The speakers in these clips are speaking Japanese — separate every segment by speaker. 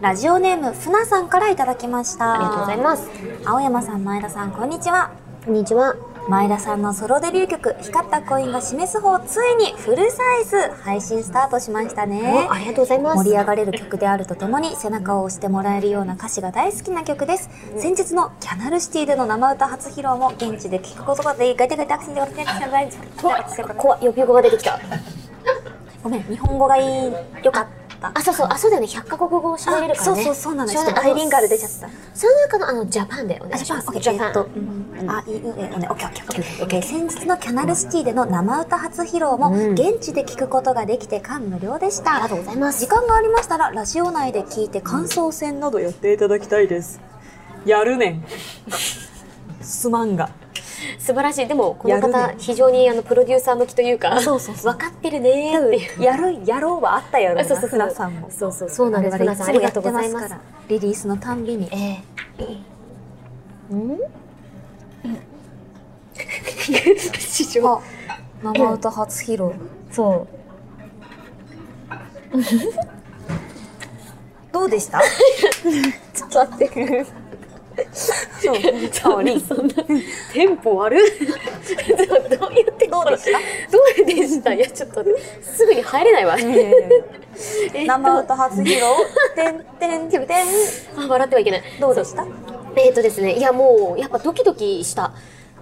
Speaker 1: ラジオネームふなさんからいただきました
Speaker 2: ありがとうございます。
Speaker 1: 青山さん前田さんこんにちは
Speaker 2: こんにちは。
Speaker 1: 前田さんのソロデビュー曲「光ったコインが示す方」ついにフルサイズ配信スタートしましたね
Speaker 2: おありがとうございます。
Speaker 1: 盛り上がれる曲であるとともに背中を押してもらえるような歌詞が大好きな曲です先日のキャナルシティでの生歌初披露も現地で聴くことができガイテガイテアクセントができてないんです
Speaker 2: 怖い、予備語が出てきた。
Speaker 1: ごめん日本語がいいよかった
Speaker 2: あ、そうそう、あ、そうだよね、100カ国語を喋れるから
Speaker 1: そ
Speaker 2: ね。
Speaker 1: うそうそうなのちょっと
Speaker 2: 喋れ
Speaker 1: バ
Speaker 2: る
Speaker 1: イリンガル出ちゃった
Speaker 2: その中のあの、ジャパンだよね。
Speaker 1: あ、ジャパン、オッケー、
Speaker 2: ジャ
Speaker 1: え
Speaker 2: パ
Speaker 1: っ
Speaker 2: ン。
Speaker 1: と、うんあ、いい、うん、え、おね、オッケー、オッケー、オッケー、オッケー。先日のキャナルシティでの生歌初披露も、
Speaker 2: うん
Speaker 1: 現地で聞くことができて感無量でした。
Speaker 2: ありがとうございます
Speaker 1: 時間がありましたら、ラジオ内で聞いて感想戦などやっていただきたいです。やるねん。すまんが。
Speaker 2: 素晴らしい。でも、この
Speaker 1: や
Speaker 2: 方、
Speaker 1: るね
Speaker 2: 非常にあのプロデューサー向きというか、
Speaker 1: そうそうそう
Speaker 2: 分かってるねーっていう。
Speaker 1: やる、やろうはあったやろうな。
Speaker 2: あそうそうそう
Speaker 1: ふなさんも。
Speaker 2: そうそう、そうなんです。
Speaker 1: 我々
Speaker 2: 皆さん、ありがとうござい
Speaker 1: つもや
Speaker 2: ま
Speaker 1: って
Speaker 2: す
Speaker 1: か。ら。リリースのたんびに。
Speaker 2: ええ うん市場
Speaker 1: あ、生歌初披露。
Speaker 2: そう
Speaker 1: どうでした
Speaker 2: ちょっと待って
Speaker 1: そう、
Speaker 2: そんなそんなテンポ悪いどうやって
Speaker 1: どうでした
Speaker 2: どうでしたいやちょっとすぐに入れないわ、えっと
Speaker 1: 生歌初披露、てんてんて んてん、
Speaker 2: あ笑ってはいけない
Speaker 1: どうでした
Speaker 2: えっ、とですねいやもうやっぱドキドキした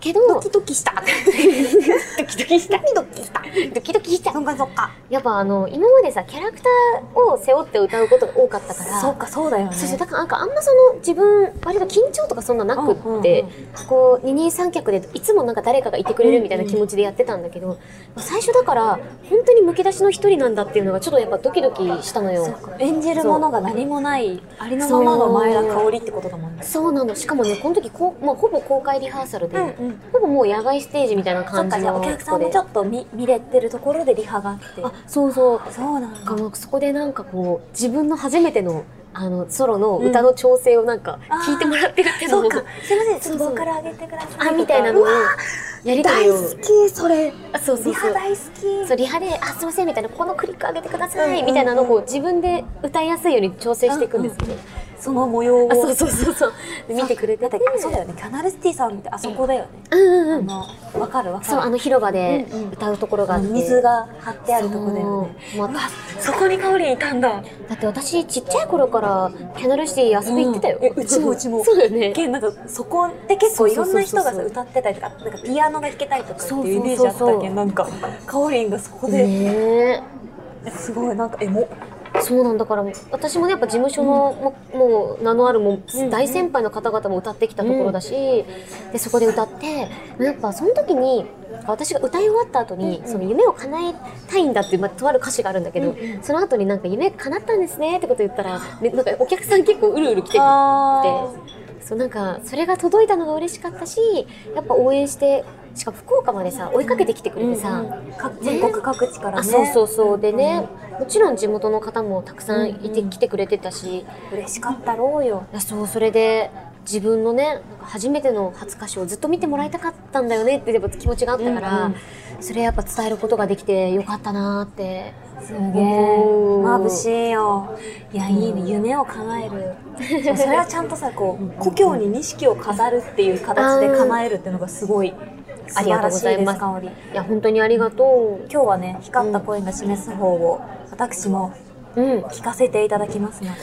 Speaker 2: けどドキドキした ドキドキしたドキドキしたドキドキした
Speaker 1: そっかそっか。
Speaker 2: やっぱあの今までさキャラクターを背負って歌うことが多かったから
Speaker 1: そうか、そうだよね。
Speaker 2: そうそうだからなんかあんまその自分割と緊張とかそんななくって、
Speaker 1: うんうんうん
Speaker 2: こう二人三脚でいつもなんか誰かがいてくれるみたいな気持ちでやってたんだけど、まあ最初だから本当にむき出しの一人なんだっていうのがちょっとやっぱドキドキしたのよ
Speaker 1: そうか演じるものが何もない、ありのままの前田香織ってことだもんね。
Speaker 2: そうなのしかもねこの時こう、まあ、ほぼ公開リハーサルで、
Speaker 1: うんうん
Speaker 2: ほぼもう野外ステージみたいな
Speaker 1: そっ
Speaker 2: 感
Speaker 1: か、
Speaker 2: じ
Speaker 1: じゃあ
Speaker 2: の
Speaker 1: お客さんも
Speaker 2: とこで
Speaker 1: ちょっと見見れてるところでリハがあって。
Speaker 2: あそうそう
Speaker 1: そうなん
Speaker 2: な
Speaker 1: だ
Speaker 2: ん。かもうそこでなんかこう自分の初めてのあのソロの歌の調整をなんか
Speaker 1: うんあー
Speaker 2: 聞いてもらってるっていうの
Speaker 1: そ
Speaker 2: も
Speaker 1: うか、すいません、ちょ
Speaker 2: そ
Speaker 1: っ
Speaker 2: う
Speaker 1: と
Speaker 2: そ
Speaker 1: ボー
Speaker 2: う
Speaker 1: カル上げてくださいとか。
Speaker 2: あみたいなの
Speaker 1: う
Speaker 2: を
Speaker 1: わ
Speaker 2: やりと
Speaker 1: 大
Speaker 2: りを
Speaker 1: 好き、それ。
Speaker 2: あそうそ
Speaker 1: リ
Speaker 2: うそ
Speaker 1: ハ
Speaker 2: う
Speaker 1: 大好き。
Speaker 2: そうリハで「あすいません」みたいな「このクリック上げてくださ
Speaker 1: うんうん
Speaker 2: い」
Speaker 1: うん
Speaker 2: みたいなのをこう自分で歌いやすいように調整していくんですよね、
Speaker 1: その模様を。
Speaker 2: あそうそうそうそうで見てくれてて
Speaker 1: だってそうだよね、キャナルシティさんってあそこだよね。
Speaker 2: うんうん
Speaker 1: あ
Speaker 2: うん
Speaker 1: の、わかるわかる。
Speaker 2: そうあの広場で
Speaker 1: うんうん
Speaker 2: 歌うところがあって、
Speaker 1: 水が張ってあるとこだよね。
Speaker 2: そうまあ
Speaker 1: そこに香りいたんだ。
Speaker 2: だって私ちっちゃい頃からキャナルシティ遊び行ってたよ、
Speaker 1: うんえうちもうちも
Speaker 2: そうだよね
Speaker 1: けんなんかそこで結構いろんな人が
Speaker 2: そうそうそう
Speaker 1: さ
Speaker 2: そう
Speaker 1: 歌ってたりとか、なんかピアノが弾けたりとかって
Speaker 2: そうそう
Speaker 1: いう
Speaker 2: そう
Speaker 1: イメージあったけん、なんか香りがそこで、
Speaker 2: ね
Speaker 1: すごいなんかエモ。
Speaker 2: えそうなんだから私もねやっぱ事務所の、ももう名のあるもう大先輩の方々も歌ってきたところだし、でそこで歌ってやっぱその時に私が歌い終わった後に、その夢を叶えたいんだっていう、まあ、とある歌詞があるんだけど、その後になんか夢叶ったんですねってこと言ったら、ねなんかお客さん結構うるうる来てて
Speaker 1: あ
Speaker 2: ってそうなんかそれが届いたのが嬉しかったしやっぱ応援してしかも福岡までさ追いかけてきてくれてさ、
Speaker 1: か全国各地から
Speaker 2: あ
Speaker 1: ね。
Speaker 2: そうそうそうでね、もちろん地元の方もたくさんいて、
Speaker 1: うんうん
Speaker 2: 来てくれてたしい
Speaker 1: 嬉しかったろうよ。
Speaker 2: やそうそれで自分のねなんか初めての初歌詞をずっと見てもらいたかったんだよねってやっぱ気持ちがあったから、
Speaker 1: うん
Speaker 2: それやっぱ伝えることができてよかったなーって
Speaker 1: すげえ。
Speaker 2: おー
Speaker 1: 眩しいよ。いや、いいね。夢を叶える。そうそれはちゃんとさ、こう、故郷に錦を飾るっていう形で叶えるっていうのがすごい素晴らしい
Speaker 2: あり
Speaker 1: で
Speaker 2: が
Speaker 1: す、
Speaker 2: とう
Speaker 1: 香り。
Speaker 2: いや本当にありがとう。
Speaker 1: 今日はね、光った声が示す方を、私も
Speaker 2: うん、
Speaker 1: 聞かせていただきますので。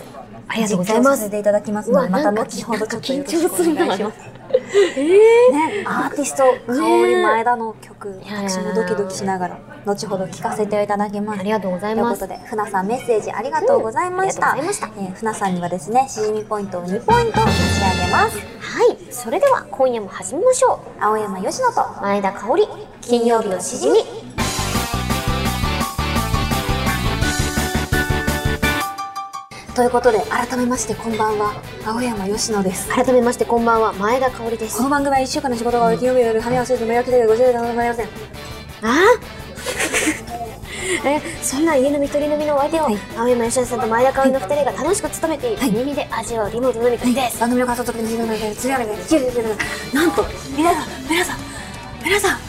Speaker 2: ありがとうございま
Speaker 1: 実況させ
Speaker 2: す。
Speaker 1: ていただきます
Speaker 2: う
Speaker 1: の
Speaker 2: わ、
Speaker 1: で、ま
Speaker 2: な
Speaker 1: た
Speaker 2: んか
Speaker 1: 後ほどちょっとよ
Speaker 2: 緊
Speaker 1: ろし
Speaker 2: 張
Speaker 1: く
Speaker 2: す
Speaker 1: お
Speaker 2: るな。
Speaker 1: 願いします。ね、アーティスト、香り前田の曲、
Speaker 2: いやー
Speaker 1: 私もドキドキしながら、後ほど聞かせていただき ます
Speaker 2: あ。りがとうござい
Speaker 1: という
Speaker 2: ま
Speaker 1: こ
Speaker 2: す。
Speaker 1: とで、ふなさんメッセージありがとうございました。
Speaker 2: うんありがとうござい
Speaker 1: えーふなさんにはですね、しじみポイントを2ポイント差し上げます。
Speaker 2: はい、それでは今夜も始めましょ
Speaker 1: 青山よしのと、
Speaker 2: う。前田香織、金曜日のしじみ。
Speaker 1: ということで、改めましてこんばんは、青山よしのです。
Speaker 2: 改めましてこんばんは、前田香織です
Speaker 1: こ。の番組は1週間の仕事が終わる金曜日の夜、羽を教えてもらってご自由でございません。
Speaker 2: あ えそんな家飲み一人飲みのお相手を、
Speaker 1: はい
Speaker 2: 青山よしさんと前田香織の二人が楽しく務めている、
Speaker 1: はい
Speaker 2: 耳で味わうリモート飲み会です、
Speaker 1: 番組の感想とかの時間の中で、釣り上げて、キューキューキューキューなんと、皆さん、皆さん、皆さん、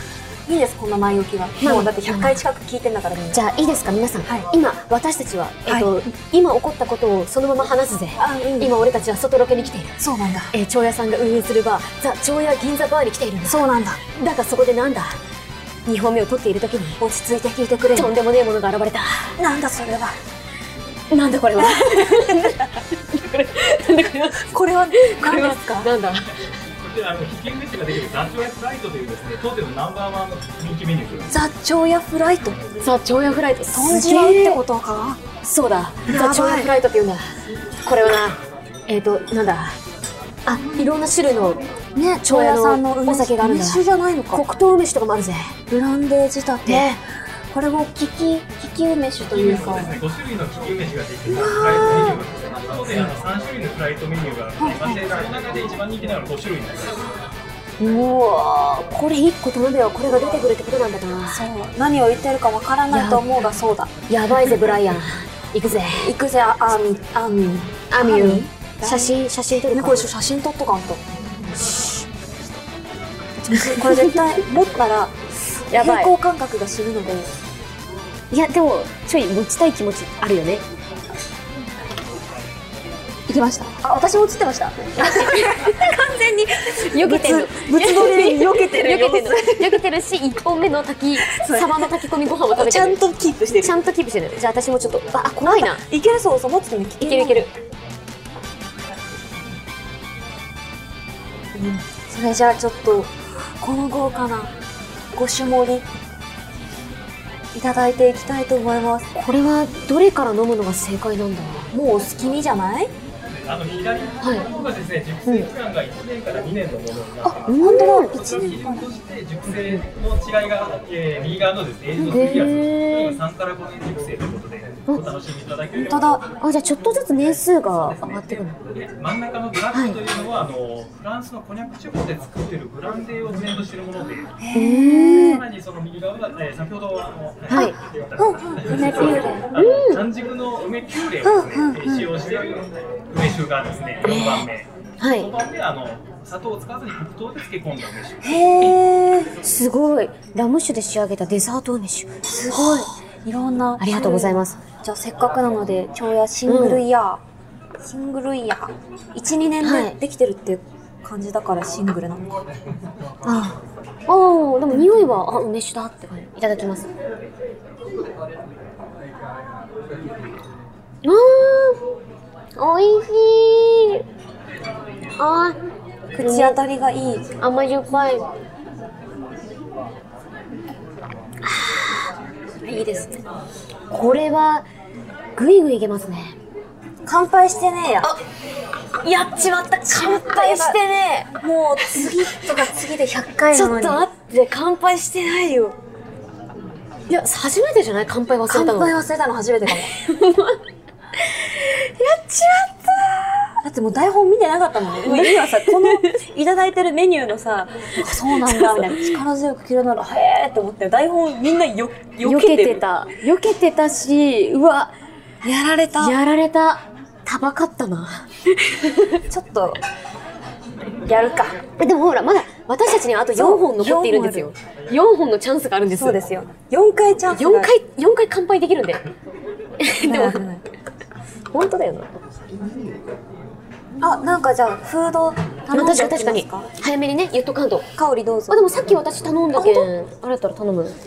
Speaker 1: いいんです、こんな前置きは。
Speaker 2: まあ
Speaker 1: もうだって100回近く聞いてんだからみんな。
Speaker 2: じゃあいいですか皆さん、
Speaker 1: はい
Speaker 2: 今私たちは、えっと
Speaker 1: はい
Speaker 2: 今起こったことをそのまま話すぜ、
Speaker 1: あ、うん。
Speaker 2: 今俺たちは外ロケに来ている、
Speaker 1: そうなんだ。
Speaker 2: えー、長屋さんが運営するバーザ・長屋銀座バーに来ているんだ
Speaker 1: そうなんだ。
Speaker 2: だがそこでなんだ2本目を取っている時に
Speaker 1: 落ち着いて聞いてくれ
Speaker 2: とん
Speaker 1: る。
Speaker 2: でもねえものが現れた
Speaker 1: なんだそれは。
Speaker 2: なんだこれはなんだこれは
Speaker 1: これは何ですか
Speaker 2: なんだ
Speaker 3: こちらあの危険ですができるダチョウやフライトというですね当店のナンバーワンの人気メニューです。
Speaker 1: ザ・長屋フライト。
Speaker 2: ザ・長屋フライト
Speaker 1: 豚汁はって
Speaker 2: と
Speaker 1: ことか
Speaker 2: そうだ
Speaker 1: やば
Speaker 2: ザ・
Speaker 1: い
Speaker 2: 長屋フライトっていうんだこれはなえっ、ー、となんだあいろんな種類の
Speaker 1: ね、
Speaker 2: 長
Speaker 1: 長
Speaker 2: 屋
Speaker 1: 屋
Speaker 2: の
Speaker 1: さんの梅
Speaker 2: お酒があるんだ
Speaker 1: 酒じゃないのか
Speaker 2: 黒。糖梅酒とかもあるぜ
Speaker 1: ブランデー仕立て。
Speaker 2: ね
Speaker 1: これを利き、利き梅酒と
Speaker 3: そう
Speaker 1: い
Speaker 3: で
Speaker 1: う
Speaker 3: す
Speaker 1: か。
Speaker 3: ね、5種類の危険飯ができるフライトメニューがですね当店あの3種類のフライトメニューがありましてその中で一番人気なのが5種類になります。
Speaker 2: うわーこれ1個頼めばこれが出てくるってことなんだな
Speaker 1: そう。何を言ってるかわからないと思うがそうだ。
Speaker 2: やばいぜブライアン行くぜ
Speaker 1: 行くぜ、アーミン、アーミン。
Speaker 2: アミュ
Speaker 1: アミ
Speaker 2: ー写真写真撮る
Speaker 1: ね、
Speaker 2: か
Speaker 1: これ写真撮っとかんと。これ絶対持った ら
Speaker 2: やば
Speaker 1: 平
Speaker 2: い
Speaker 1: 衡感覚が死ぬので
Speaker 2: いやでもちょい持ちたい気持ちあるよね
Speaker 1: 行きましたあ私も映ってました完全に
Speaker 2: よけてる
Speaker 1: ぶつぶつどれに避けてる
Speaker 2: よけてる避けてるし1本目の炊き
Speaker 1: そう
Speaker 2: サバの炊き込みご飯を食べ
Speaker 1: ち
Speaker 2: て
Speaker 1: ゃ
Speaker 2: る
Speaker 1: んとキープしてる
Speaker 2: ちゃんとキープしてるじゃあ私もちょっとああ怖いない
Speaker 1: けるそうそう持っててもい
Speaker 2: いけるいける
Speaker 1: それじゃあちょっとこの豪華なご種盛りいただいていきたいと思います
Speaker 2: これはどれから飲むのが正解なんだ
Speaker 1: もうお好きにじゃない
Speaker 3: あの左の方がですね、熟成期間が1年から2年のものになってます。
Speaker 1: 本当
Speaker 2: うん
Speaker 1: だ
Speaker 3: そち
Speaker 1: 一
Speaker 3: ら
Speaker 1: 年
Speaker 3: を基準
Speaker 1: 間
Speaker 3: として熟成の違いが、えー、右側のですね、エイジド
Speaker 2: へー
Speaker 3: スピアス、3から5年熟成ということで、お楽しみいただければ
Speaker 1: 本当だ
Speaker 2: あじゃあちょっとずつ年数が上がってくるの
Speaker 3: で真ん中のブラックというのは、あのフランスのコニャック地方で作っているブランデーをブレンドしているもので、
Speaker 1: へ
Speaker 2: へ
Speaker 1: え
Speaker 3: さらにその右側が、えー先ほどあの、
Speaker 2: はい
Speaker 3: 言っていただ
Speaker 1: うん
Speaker 3: い
Speaker 1: うん梅
Speaker 3: た
Speaker 1: ピューレ
Speaker 3: あの完熟の梅ピューレをですね、
Speaker 1: うんうんうん
Speaker 3: 使用している梅酒がですね、4番目、
Speaker 2: は
Speaker 3: 5
Speaker 2: い
Speaker 3: 番目はあの砂糖を使わずに黒糖で漬け込んだ梅酒。
Speaker 1: へえ
Speaker 2: すごいラム酒で仕上げたデザート梅酒
Speaker 1: すごい。いろんな。
Speaker 2: ありがとうございます。
Speaker 1: じゃあせっかくなので、今日やシングルイヤー、シングルイヤー、1、2年
Speaker 2: はい
Speaker 1: でできてるっていう感じだからシングルなのか。
Speaker 2: あああでも匂いはあ梅酒だって感じいただきますあーおいしいあ
Speaker 1: 口当たりがいい。
Speaker 2: ー甘じょっぱい
Speaker 1: いいですね。
Speaker 2: これはぐいぐいいけますね
Speaker 1: 乾杯してねえや。
Speaker 2: やっちまった乾
Speaker 1: 杯して
Speaker 2: ね
Speaker 1: もう次とか次で100回
Speaker 2: ち
Speaker 1: な
Speaker 2: ょ
Speaker 1: の
Speaker 2: っ
Speaker 1: に。
Speaker 2: と待って乾杯してないよいや初めてじゃない乾杯忘れた
Speaker 1: 乾
Speaker 2: の
Speaker 1: 杯忘れたの初めて かも。やっちまっただってもう台本見てなかったもんね。もう 今さ、このいただいてるメニューのさ、あ そうなんだみたいな力強く切るなら、へーって思って、台本みんなよ、
Speaker 2: 避
Speaker 1: よ
Speaker 2: け
Speaker 1: け
Speaker 2: て
Speaker 1: てた。
Speaker 2: た避けてたしうわ
Speaker 1: やられた
Speaker 2: やられたたばかったな
Speaker 1: ちょっと、やるか。
Speaker 2: えでもほらまだ私たちにあと4
Speaker 1: そう
Speaker 2: 本残っているんですよ4本のチャンスがあるんです
Speaker 1: そうですよ。4回チャンスが。
Speaker 2: 4回四回乾杯できるんで
Speaker 1: で
Speaker 2: でも
Speaker 1: も。
Speaker 2: 本当だよな
Speaker 1: あ、なんかじゃあ、フード
Speaker 2: まあ
Speaker 1: 頼んで
Speaker 2: 確
Speaker 1: お
Speaker 2: かに
Speaker 1: き
Speaker 2: 確か
Speaker 1: ま
Speaker 2: に
Speaker 1: すか
Speaker 2: 早めにね言っとかんと
Speaker 1: 香りどうぞ
Speaker 2: あで。もさっき私頼んだけんあれやったら頼むなんか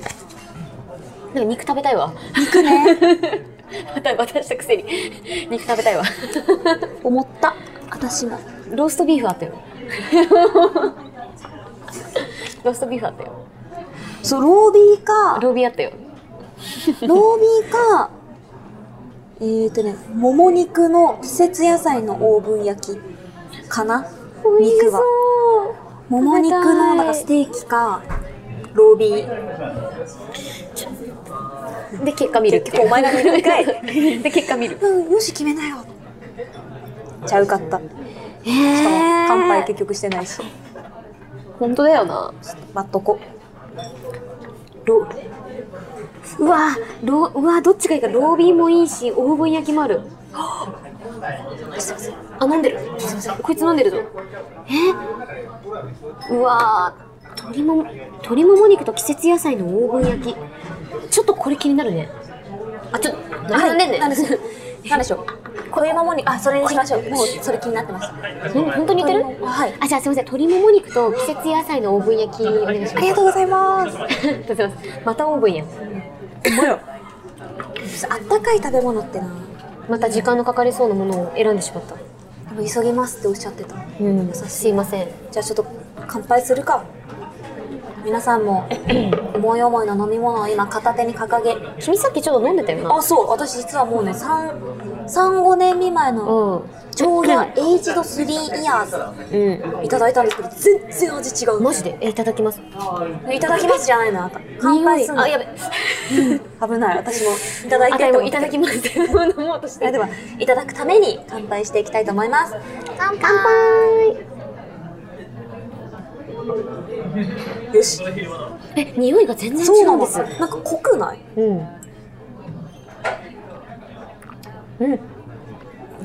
Speaker 2: 肉食べたいわ肉ねまた 私したく せに肉食べたいわ
Speaker 1: 思った。私も。
Speaker 2: ローストビーフあったよ ローストビーフあったよ
Speaker 1: そう、ロービーか、
Speaker 2: ロビーあったよ
Speaker 1: ロービーか、えーとね、もも肉の季節野菜のオーブン焼きかな
Speaker 2: 美味し
Speaker 1: 肉
Speaker 2: そ
Speaker 1: は。
Speaker 2: う
Speaker 1: もも肉
Speaker 2: 食べた
Speaker 1: の
Speaker 2: い
Speaker 1: なんかステーキか、ロービー。
Speaker 2: で結果見るっていう
Speaker 1: 結構お前が見るん かい
Speaker 2: で結果見る
Speaker 1: うん、よし、決めなよ。ちゃうかった。しかも、
Speaker 2: へえ
Speaker 1: 乾杯結局してないし、
Speaker 2: 本当だよな
Speaker 1: 待っとこ。
Speaker 2: ロうわロうわどっちがいいかロービーもいいしオーブン焼きもあるあ飲んでるこいつ飲んでるぞえーうわー鶏もも鶏もも肉と季節野菜のオーブン焼きちょっとこれ気になるねあちょっと並んでんね、
Speaker 1: なんですなんでしょう。鶏もも肉、あ、それにしましょう。もうそれ気になってました。
Speaker 2: うん本当に似てる
Speaker 1: 鶏もはい。
Speaker 2: あじゃあすみません鶏もも肉と季節野菜のオーブン焼きお願いし
Speaker 1: あ
Speaker 2: ます
Speaker 1: りがとうございます。
Speaker 2: ありがとうござい ますまたオーブンやん
Speaker 1: あったかい食べ物ってな。
Speaker 2: また時間のかかりそうなものを選んでしまった
Speaker 1: でも急ぎますっておっしゃってた。
Speaker 2: うんすいません
Speaker 1: じゃあちょっと乾杯するか。皆さんも思い思いの飲み物を今片手に掲げ。
Speaker 2: 君さっきちょっと飲んでたよな
Speaker 1: あ、そう。私実はもうね、3、三5年未満の
Speaker 2: うん
Speaker 1: 長屋エイジド3イヤー
Speaker 2: う
Speaker 1: ズいただいたんですけど、全然味違うん
Speaker 2: マジでえいただきます
Speaker 1: いただきますじゃないのあなた。乾杯すんの。
Speaker 2: 匂いあやべ
Speaker 1: 危ない。私もいただい
Speaker 2: あ
Speaker 1: て
Speaker 2: たい
Speaker 1: と
Speaker 2: も
Speaker 1: 思
Speaker 2: い
Speaker 1: って
Speaker 2: ただきます飲もうとし
Speaker 1: それ
Speaker 2: て
Speaker 1: では、いただくために乾杯していきたいと思います。
Speaker 2: 乾杯
Speaker 1: よし。
Speaker 2: え匂いが全然
Speaker 1: そう
Speaker 2: 違
Speaker 1: な
Speaker 2: うんん
Speaker 1: で
Speaker 2: ですす
Speaker 1: よ。なんか濃くない
Speaker 2: うんうん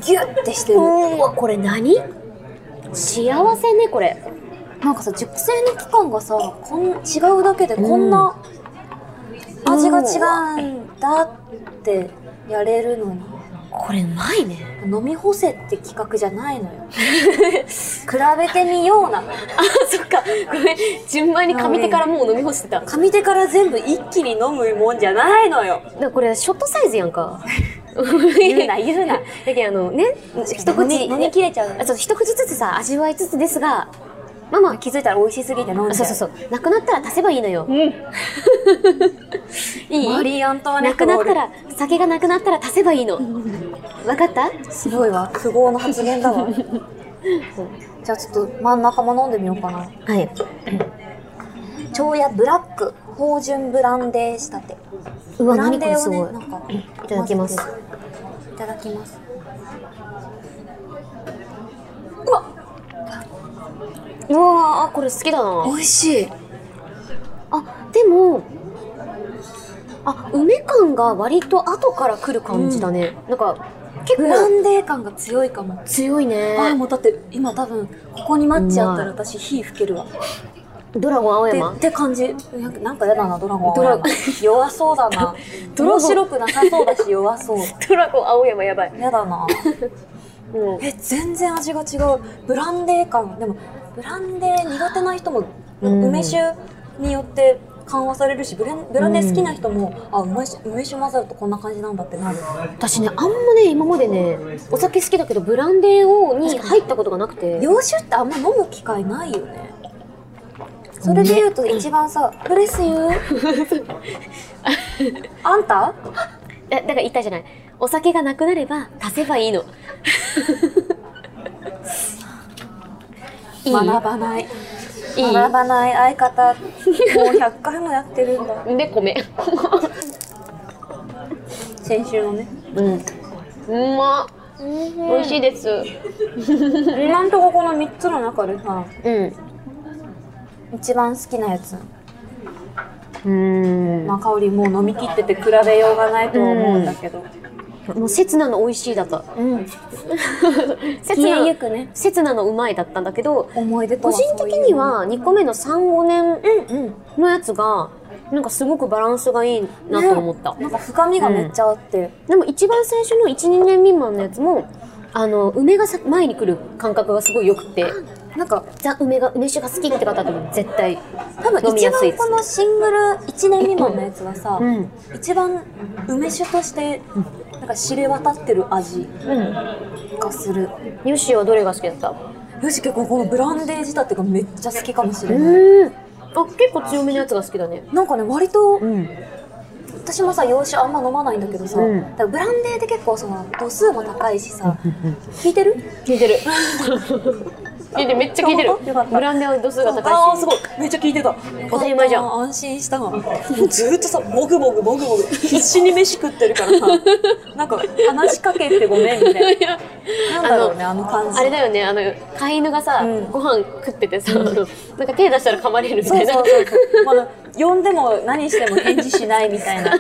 Speaker 1: ギュッてしてる。
Speaker 2: うわこれ何幸せねこれ
Speaker 1: なんかさ、熟成の期間がさ、こん違うだけでこんな
Speaker 2: うん
Speaker 1: 味が違うんだってやれるのに。
Speaker 2: これうまいね
Speaker 1: 飲み干せって企画じゃないのよ。 比べてみようなの。
Speaker 2: あそっかごめん順番に上手からもう飲み干してた
Speaker 1: 上手から全部一気に飲むもんじゃないのよ。
Speaker 2: だからこれショットサイズやん か
Speaker 1: 言うな、言うな。
Speaker 2: だけどあのね一
Speaker 1: 一口
Speaker 2: 口
Speaker 1: 飲み切れちゃう
Speaker 2: あそう一口ずつさ味わいつつですがママ
Speaker 1: 気づいたら美味しすぎて飲んで
Speaker 2: そうそうそうなくなったら足せばいいのよ、いい
Speaker 1: マリー・アントワネ
Speaker 2: な
Speaker 1: ット
Speaker 2: く
Speaker 1: ロ
Speaker 2: な
Speaker 1: ー
Speaker 2: っ
Speaker 1: ル
Speaker 2: たら酒がなくなったら足せばいいのわかった
Speaker 1: すごいわ不合の発言だ わじゃあちょっと真ん中も飲んでみようかな
Speaker 2: はい
Speaker 1: 長屋ブラック芳醇ブランデー仕立て
Speaker 2: う
Speaker 1: ブ
Speaker 2: わ
Speaker 1: ラン
Speaker 2: 何こ
Speaker 1: デ
Speaker 2: れ
Speaker 1: ー
Speaker 2: す
Speaker 1: をね
Speaker 2: ごい、
Speaker 1: なんか
Speaker 2: いただきます
Speaker 1: 混ぜていただきますうわ
Speaker 2: うわあこれ好きだな
Speaker 1: 美味しい
Speaker 2: あでもあ梅感が割と後から来る感じだね、なんか結
Speaker 1: ブラ
Speaker 2: 構
Speaker 1: ンデー感が強いかも
Speaker 2: 強いね
Speaker 1: ああもうだって今多分ここにマッチあったら
Speaker 2: う
Speaker 1: 私火吹けるわ
Speaker 2: ドラゴン青
Speaker 1: って
Speaker 2: 山
Speaker 1: って感じなんかなんかやだなドラゴン
Speaker 2: ドラゴン
Speaker 1: 弱そうだな
Speaker 2: ドラゴン
Speaker 1: 面白くなさそうだし弱そう
Speaker 2: ドラゴン青山やばい
Speaker 1: やだな
Speaker 2: も
Speaker 1: え全然味が違うブランデー感でもブランデー苦手な人も、
Speaker 2: うん
Speaker 1: 梅酒によって緩和されるしブレンブランデー好きな人も、あ梅酒梅酒混ざるとこんな感じなんだってなる
Speaker 2: う私ねあんまね今までねお酒好きだけどブランデーをに入ったことがなくて
Speaker 1: 洋酒ってあんま飲む機会ないよねそれで言うと一番さ「ブレスユー」 あんた
Speaker 2: えだから言ったじゃないお酒がなくなれば足せばいいの いい
Speaker 1: 学ばない
Speaker 2: いい
Speaker 1: 学ばない相方もう100回もやってるんだ
Speaker 2: で米
Speaker 1: 先週のね
Speaker 2: うんうまっ美味しいです
Speaker 1: 今んとここの3つの中でさ
Speaker 2: うん
Speaker 1: 一番好きなやつ
Speaker 2: うん
Speaker 1: まあ香りもう飲み切ってて比べようがないとは思うんだけど
Speaker 2: もう刹那の美味しいだった
Speaker 1: うん
Speaker 2: 刹
Speaker 1: 消えゆ
Speaker 2: 那
Speaker 1: くね
Speaker 2: 刹那のうまいだったんだけど
Speaker 1: 思い出と
Speaker 2: 個
Speaker 1: はそうい
Speaker 2: 人
Speaker 1: う
Speaker 2: 的には2個目の35年
Speaker 1: うんうん
Speaker 2: のやつがなんかすごくバランスがいいなと思った、
Speaker 1: なんか深みがめっちゃあって
Speaker 2: でも一番最初の12年未満のやつもあの梅がさ前に来る感覚がすごいよくて
Speaker 1: なんか
Speaker 2: ザ梅が梅酒が好きって方でも絶対
Speaker 1: 多分
Speaker 2: 飲み
Speaker 1: 一
Speaker 2: やすい
Speaker 1: 番
Speaker 2: です
Speaker 1: このシングル1年未満のやつはさ
Speaker 2: うん
Speaker 1: 一番梅酒としてなんか知れ渡ってる味
Speaker 2: うん
Speaker 1: がする
Speaker 2: ヨシはどれが好きだった
Speaker 1: よし結構このブランデー仕立てがめっちゃ好きかもしれない
Speaker 2: うんあ結構強めのやつが好きだね
Speaker 1: なんかね割と
Speaker 2: うん
Speaker 1: 私もさ洋酒あんま飲まないんだけどさ、
Speaker 2: うん
Speaker 1: だからブランデーって結構その度数も高いしさ聞いてる
Speaker 2: 聞いてる聞いてるめっちゃ聞いてる
Speaker 1: よかったよかった
Speaker 2: ブランデーの度数が
Speaker 1: あ
Speaker 2: 高
Speaker 1: あ
Speaker 2: い
Speaker 1: す
Speaker 2: し
Speaker 1: ごいめっちゃ聞いてた
Speaker 2: 当たり前じゃん
Speaker 1: よかった安心したわもうずーっとさもぐもぐもぐも ぐ必 死に飯食ってるからさなんか話しかけてごめんみたいななんだろうねああの感じ
Speaker 2: あれだよねあの飼い犬がさ、
Speaker 1: うん
Speaker 2: ご飯食っててさ、あの なんか手出したら噛まれるみ
Speaker 1: そ
Speaker 2: た
Speaker 1: う
Speaker 2: いな
Speaker 1: そうそうそう、まあ、呼んでも何しても返事しないみた いな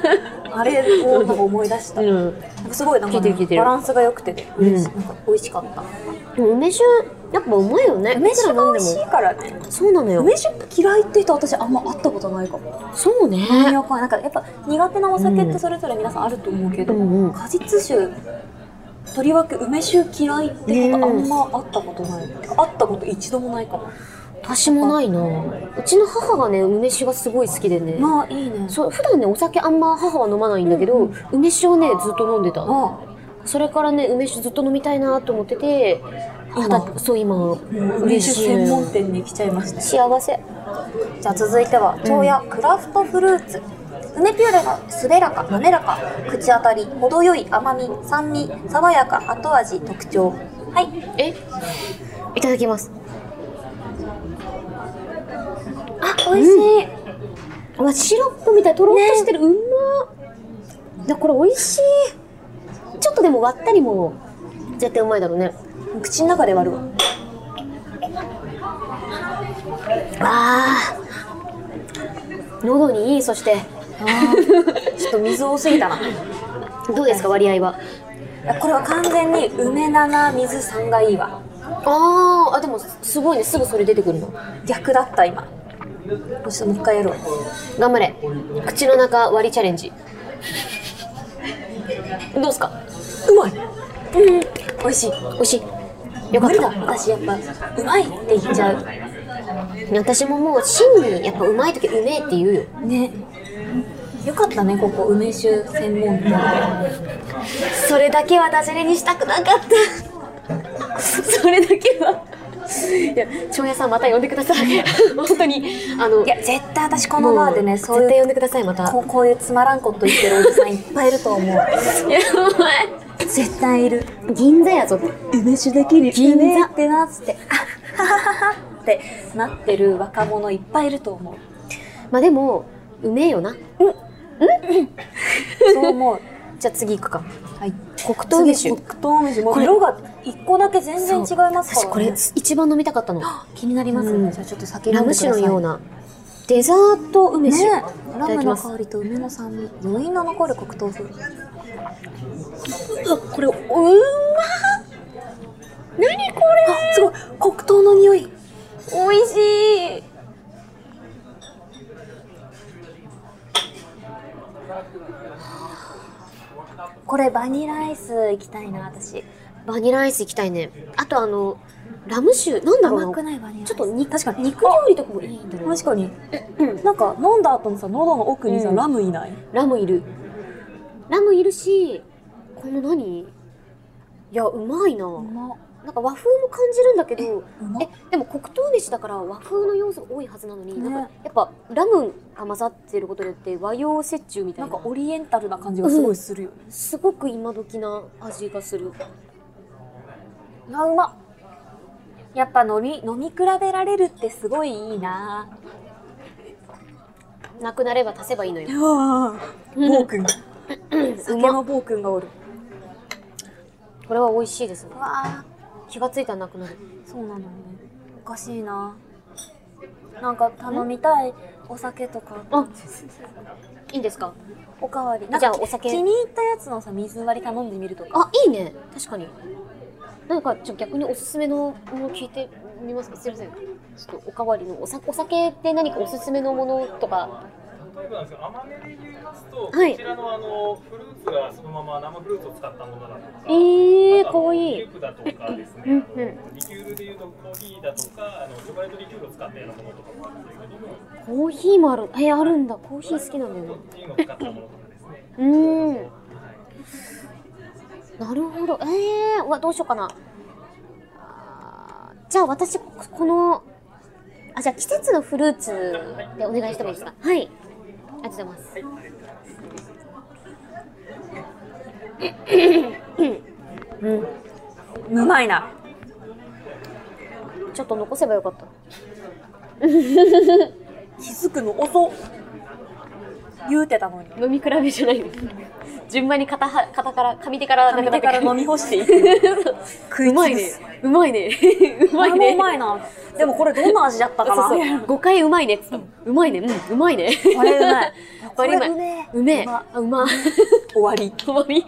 Speaker 1: あれをなんか思い出した、なん
Speaker 2: うん
Speaker 1: かすごいなんか
Speaker 2: 聞いて
Speaker 1: ね、
Speaker 2: る聞いてる
Speaker 1: バランスが良くて、
Speaker 2: うん
Speaker 1: なんか美味しかった
Speaker 2: でも梅酒やっぱうまいよね
Speaker 1: 梅酒が美味し
Speaker 2: いくら飲ん
Speaker 1: いから
Speaker 2: で
Speaker 1: ね
Speaker 2: もそうなのよ
Speaker 1: 梅酒嫌いって人私あんま会ったことないかも
Speaker 2: そうね
Speaker 1: 飲みようかなんかやっぱ苦手なお酒っ
Speaker 2: う
Speaker 1: て
Speaker 2: ん
Speaker 1: それぞれ皆さんあると思うけど、
Speaker 2: うんうん
Speaker 1: 果実酒とりわけ梅酒嫌いって方あんま会ったことない、てか会ったこと一度もないかも
Speaker 2: 私もないなうちの母がね梅酒がすごい好きでね、
Speaker 1: まあいいね
Speaker 2: そう普段ねお酒あんま母は飲まないんだけど、梅酒をねずっと飲んでた
Speaker 1: あ
Speaker 2: それからね梅酒ずっと飲みたいなと思ってて
Speaker 1: 今
Speaker 2: 二十そう今
Speaker 1: もう梅
Speaker 2: 嬉
Speaker 1: 酒
Speaker 2: しいの
Speaker 1: 専
Speaker 2: よ
Speaker 1: 門店に来ちゃいました
Speaker 2: 幸せ
Speaker 1: じゃあ続いては蝶やクラフトフルーツ、梅ピューレが滑らか滑らか口当たり程よい甘み酸味爽やか後味特徴はい
Speaker 2: えいただきます
Speaker 1: あ美味しい、
Speaker 2: うわシロップみたいとろっとしてる、うまっいやこれ美味しいちょっとでも割ったりも絶対うまいだろうね
Speaker 1: 口の中で割るわ
Speaker 2: あー喉にいいそして
Speaker 1: ちょっと水多すぎたない
Speaker 2: どうですか割合は
Speaker 1: やこれは完全に梅七水さんがいいわ
Speaker 2: あーあでもすごいねすぐそれ出てくるの
Speaker 1: 逆だった今もしもう一回やろう
Speaker 2: 頑張れ口の中割りチャレンジどうですか
Speaker 1: うまいうん美味しい
Speaker 2: 美味しいよかっ
Speaker 1: 無理だ
Speaker 2: た
Speaker 1: 私やっぱうまいって言っちゃう
Speaker 2: 私ももう真にやっぱうまい時うめえって言うよ
Speaker 1: ねよかったねここ梅酒専門店
Speaker 2: それだけはダジャレにしたくなかったそれだけはいや長屋さんまた呼んでください本当にあの
Speaker 1: いや絶対私このバーでねそう
Speaker 2: 絶
Speaker 1: い
Speaker 2: 対
Speaker 1: う
Speaker 2: 呼んでくださいまた
Speaker 1: こうこういうつまらんこと言ってるおじさんいっぱいいると思う
Speaker 2: やば
Speaker 1: 絶対いる
Speaker 2: い銀座やぞ
Speaker 1: 梅酒できる
Speaker 2: 銀座
Speaker 1: 梅ってなっつってあははははってなってる若者いっぱいいると思う
Speaker 2: まあでもうめえよな
Speaker 1: そう思う
Speaker 2: じゃあ次行くか
Speaker 1: はい
Speaker 2: 黒糖梅酒
Speaker 1: 次黒糖梅酒もう色が一個だけ全然違いますから、
Speaker 2: 私
Speaker 1: ね、
Speaker 2: これ一番飲みたかった の
Speaker 1: 気になりますね、
Speaker 2: うん
Speaker 1: じゃあちょっと先飲
Speaker 2: ラ
Speaker 1: んでく
Speaker 2: ム酒
Speaker 1: だ
Speaker 2: の
Speaker 1: さい
Speaker 2: ようなデザート梅酒、
Speaker 1: ね
Speaker 2: い
Speaker 1: ラ
Speaker 2: ただ
Speaker 1: ム
Speaker 2: き
Speaker 1: の
Speaker 2: ます
Speaker 1: 香りと梅の酸味余韻の残る黒糖風
Speaker 2: うわこれうーんま何これ
Speaker 1: あすごい黒糖の匂い
Speaker 2: 美味しい
Speaker 1: これバニラアイス行きたいな私
Speaker 2: バニラアイス行きたいねあとあのラム酒なんだろう
Speaker 1: 甘く
Speaker 2: な
Speaker 1: ないバニラアイス
Speaker 2: ちょっとに
Speaker 1: 確かに
Speaker 2: 肉料理とかもいいんだろうな
Speaker 1: 確かに、なんか飲んだ後のさ喉の奥にさ、
Speaker 2: うん
Speaker 1: ラムいない
Speaker 2: ラムいるラムいるしこの何いやうまいな
Speaker 1: ま
Speaker 2: なんか和風も感じるんだけど
Speaker 1: うま
Speaker 2: えでも黒糖飯だから和風の要素が多いはずなのに、
Speaker 1: ね
Speaker 2: なんかやっぱラムが混ざってることによって和洋折衷みたい
Speaker 1: なん
Speaker 2: な
Speaker 1: かオリエンタルな感じがすごいするよね、
Speaker 2: すごく今時な味がする
Speaker 1: あうまやっぱ飲み飲み比べられるってすごいいいな
Speaker 2: なくなれば足せばいいのよ
Speaker 1: うわ暴君酒の暴君がおる
Speaker 2: これは美味しいですね
Speaker 1: うわ
Speaker 2: 気がついたらなくなる
Speaker 1: そうなのよねおかしいななんか頼みたいお酒とか
Speaker 2: あいいんですか
Speaker 1: おかわり
Speaker 2: じゃあお酒
Speaker 1: 気に入ったやつのさ水割り頼んでみるとか
Speaker 2: あいいね確かになんかちょっと逆におすすめのもの聞いてみますかすいませんちょっとおかわりのおさお酒で何かおすすめのものとか
Speaker 3: 例えばなんですけど甘めで言いますと、
Speaker 2: はい
Speaker 3: こちらのあのフルーツがそのまま生フルーツを使ったものだとか、
Speaker 2: えー
Speaker 3: あとあの
Speaker 2: かわいい
Speaker 3: ミルクだとかですね、あ
Speaker 2: うんうん
Speaker 3: のリキュールでいうとコーヒーだとか、あのチョコレートリキュールを使ったようなものとかもあるんですけども、
Speaker 2: コーヒーもあるえあるんだコーヒー好きなんだよ
Speaker 3: ジンを使ったものとかですね。
Speaker 2: なうんなるほどえー、うわどうしようかなあーじゃあ私ここのあじゃあ季節のフルーツでお願いしてもいいですかはいありがとうございます
Speaker 1: うまいな
Speaker 2: ちょっと残せばよかった
Speaker 1: 気づくの遅っ言うてたのに
Speaker 2: 飲み比べじゃない順番に肩は肩から上手から
Speaker 1: 上手から飲み干していく 食いう
Speaker 2: ま
Speaker 1: つぶ
Speaker 2: いね
Speaker 1: す
Speaker 2: うまいねうま
Speaker 1: あれ
Speaker 2: い
Speaker 1: も
Speaker 2: ね
Speaker 1: うまいなでもこれどんな味だったかな
Speaker 2: そうそう五回うまいねっつったのうまいねうんうまいね
Speaker 1: あれうまい
Speaker 2: これうまいう
Speaker 1: めえ
Speaker 2: うめえ
Speaker 1: ま
Speaker 2: あうまい
Speaker 1: 終わり
Speaker 2: 終わり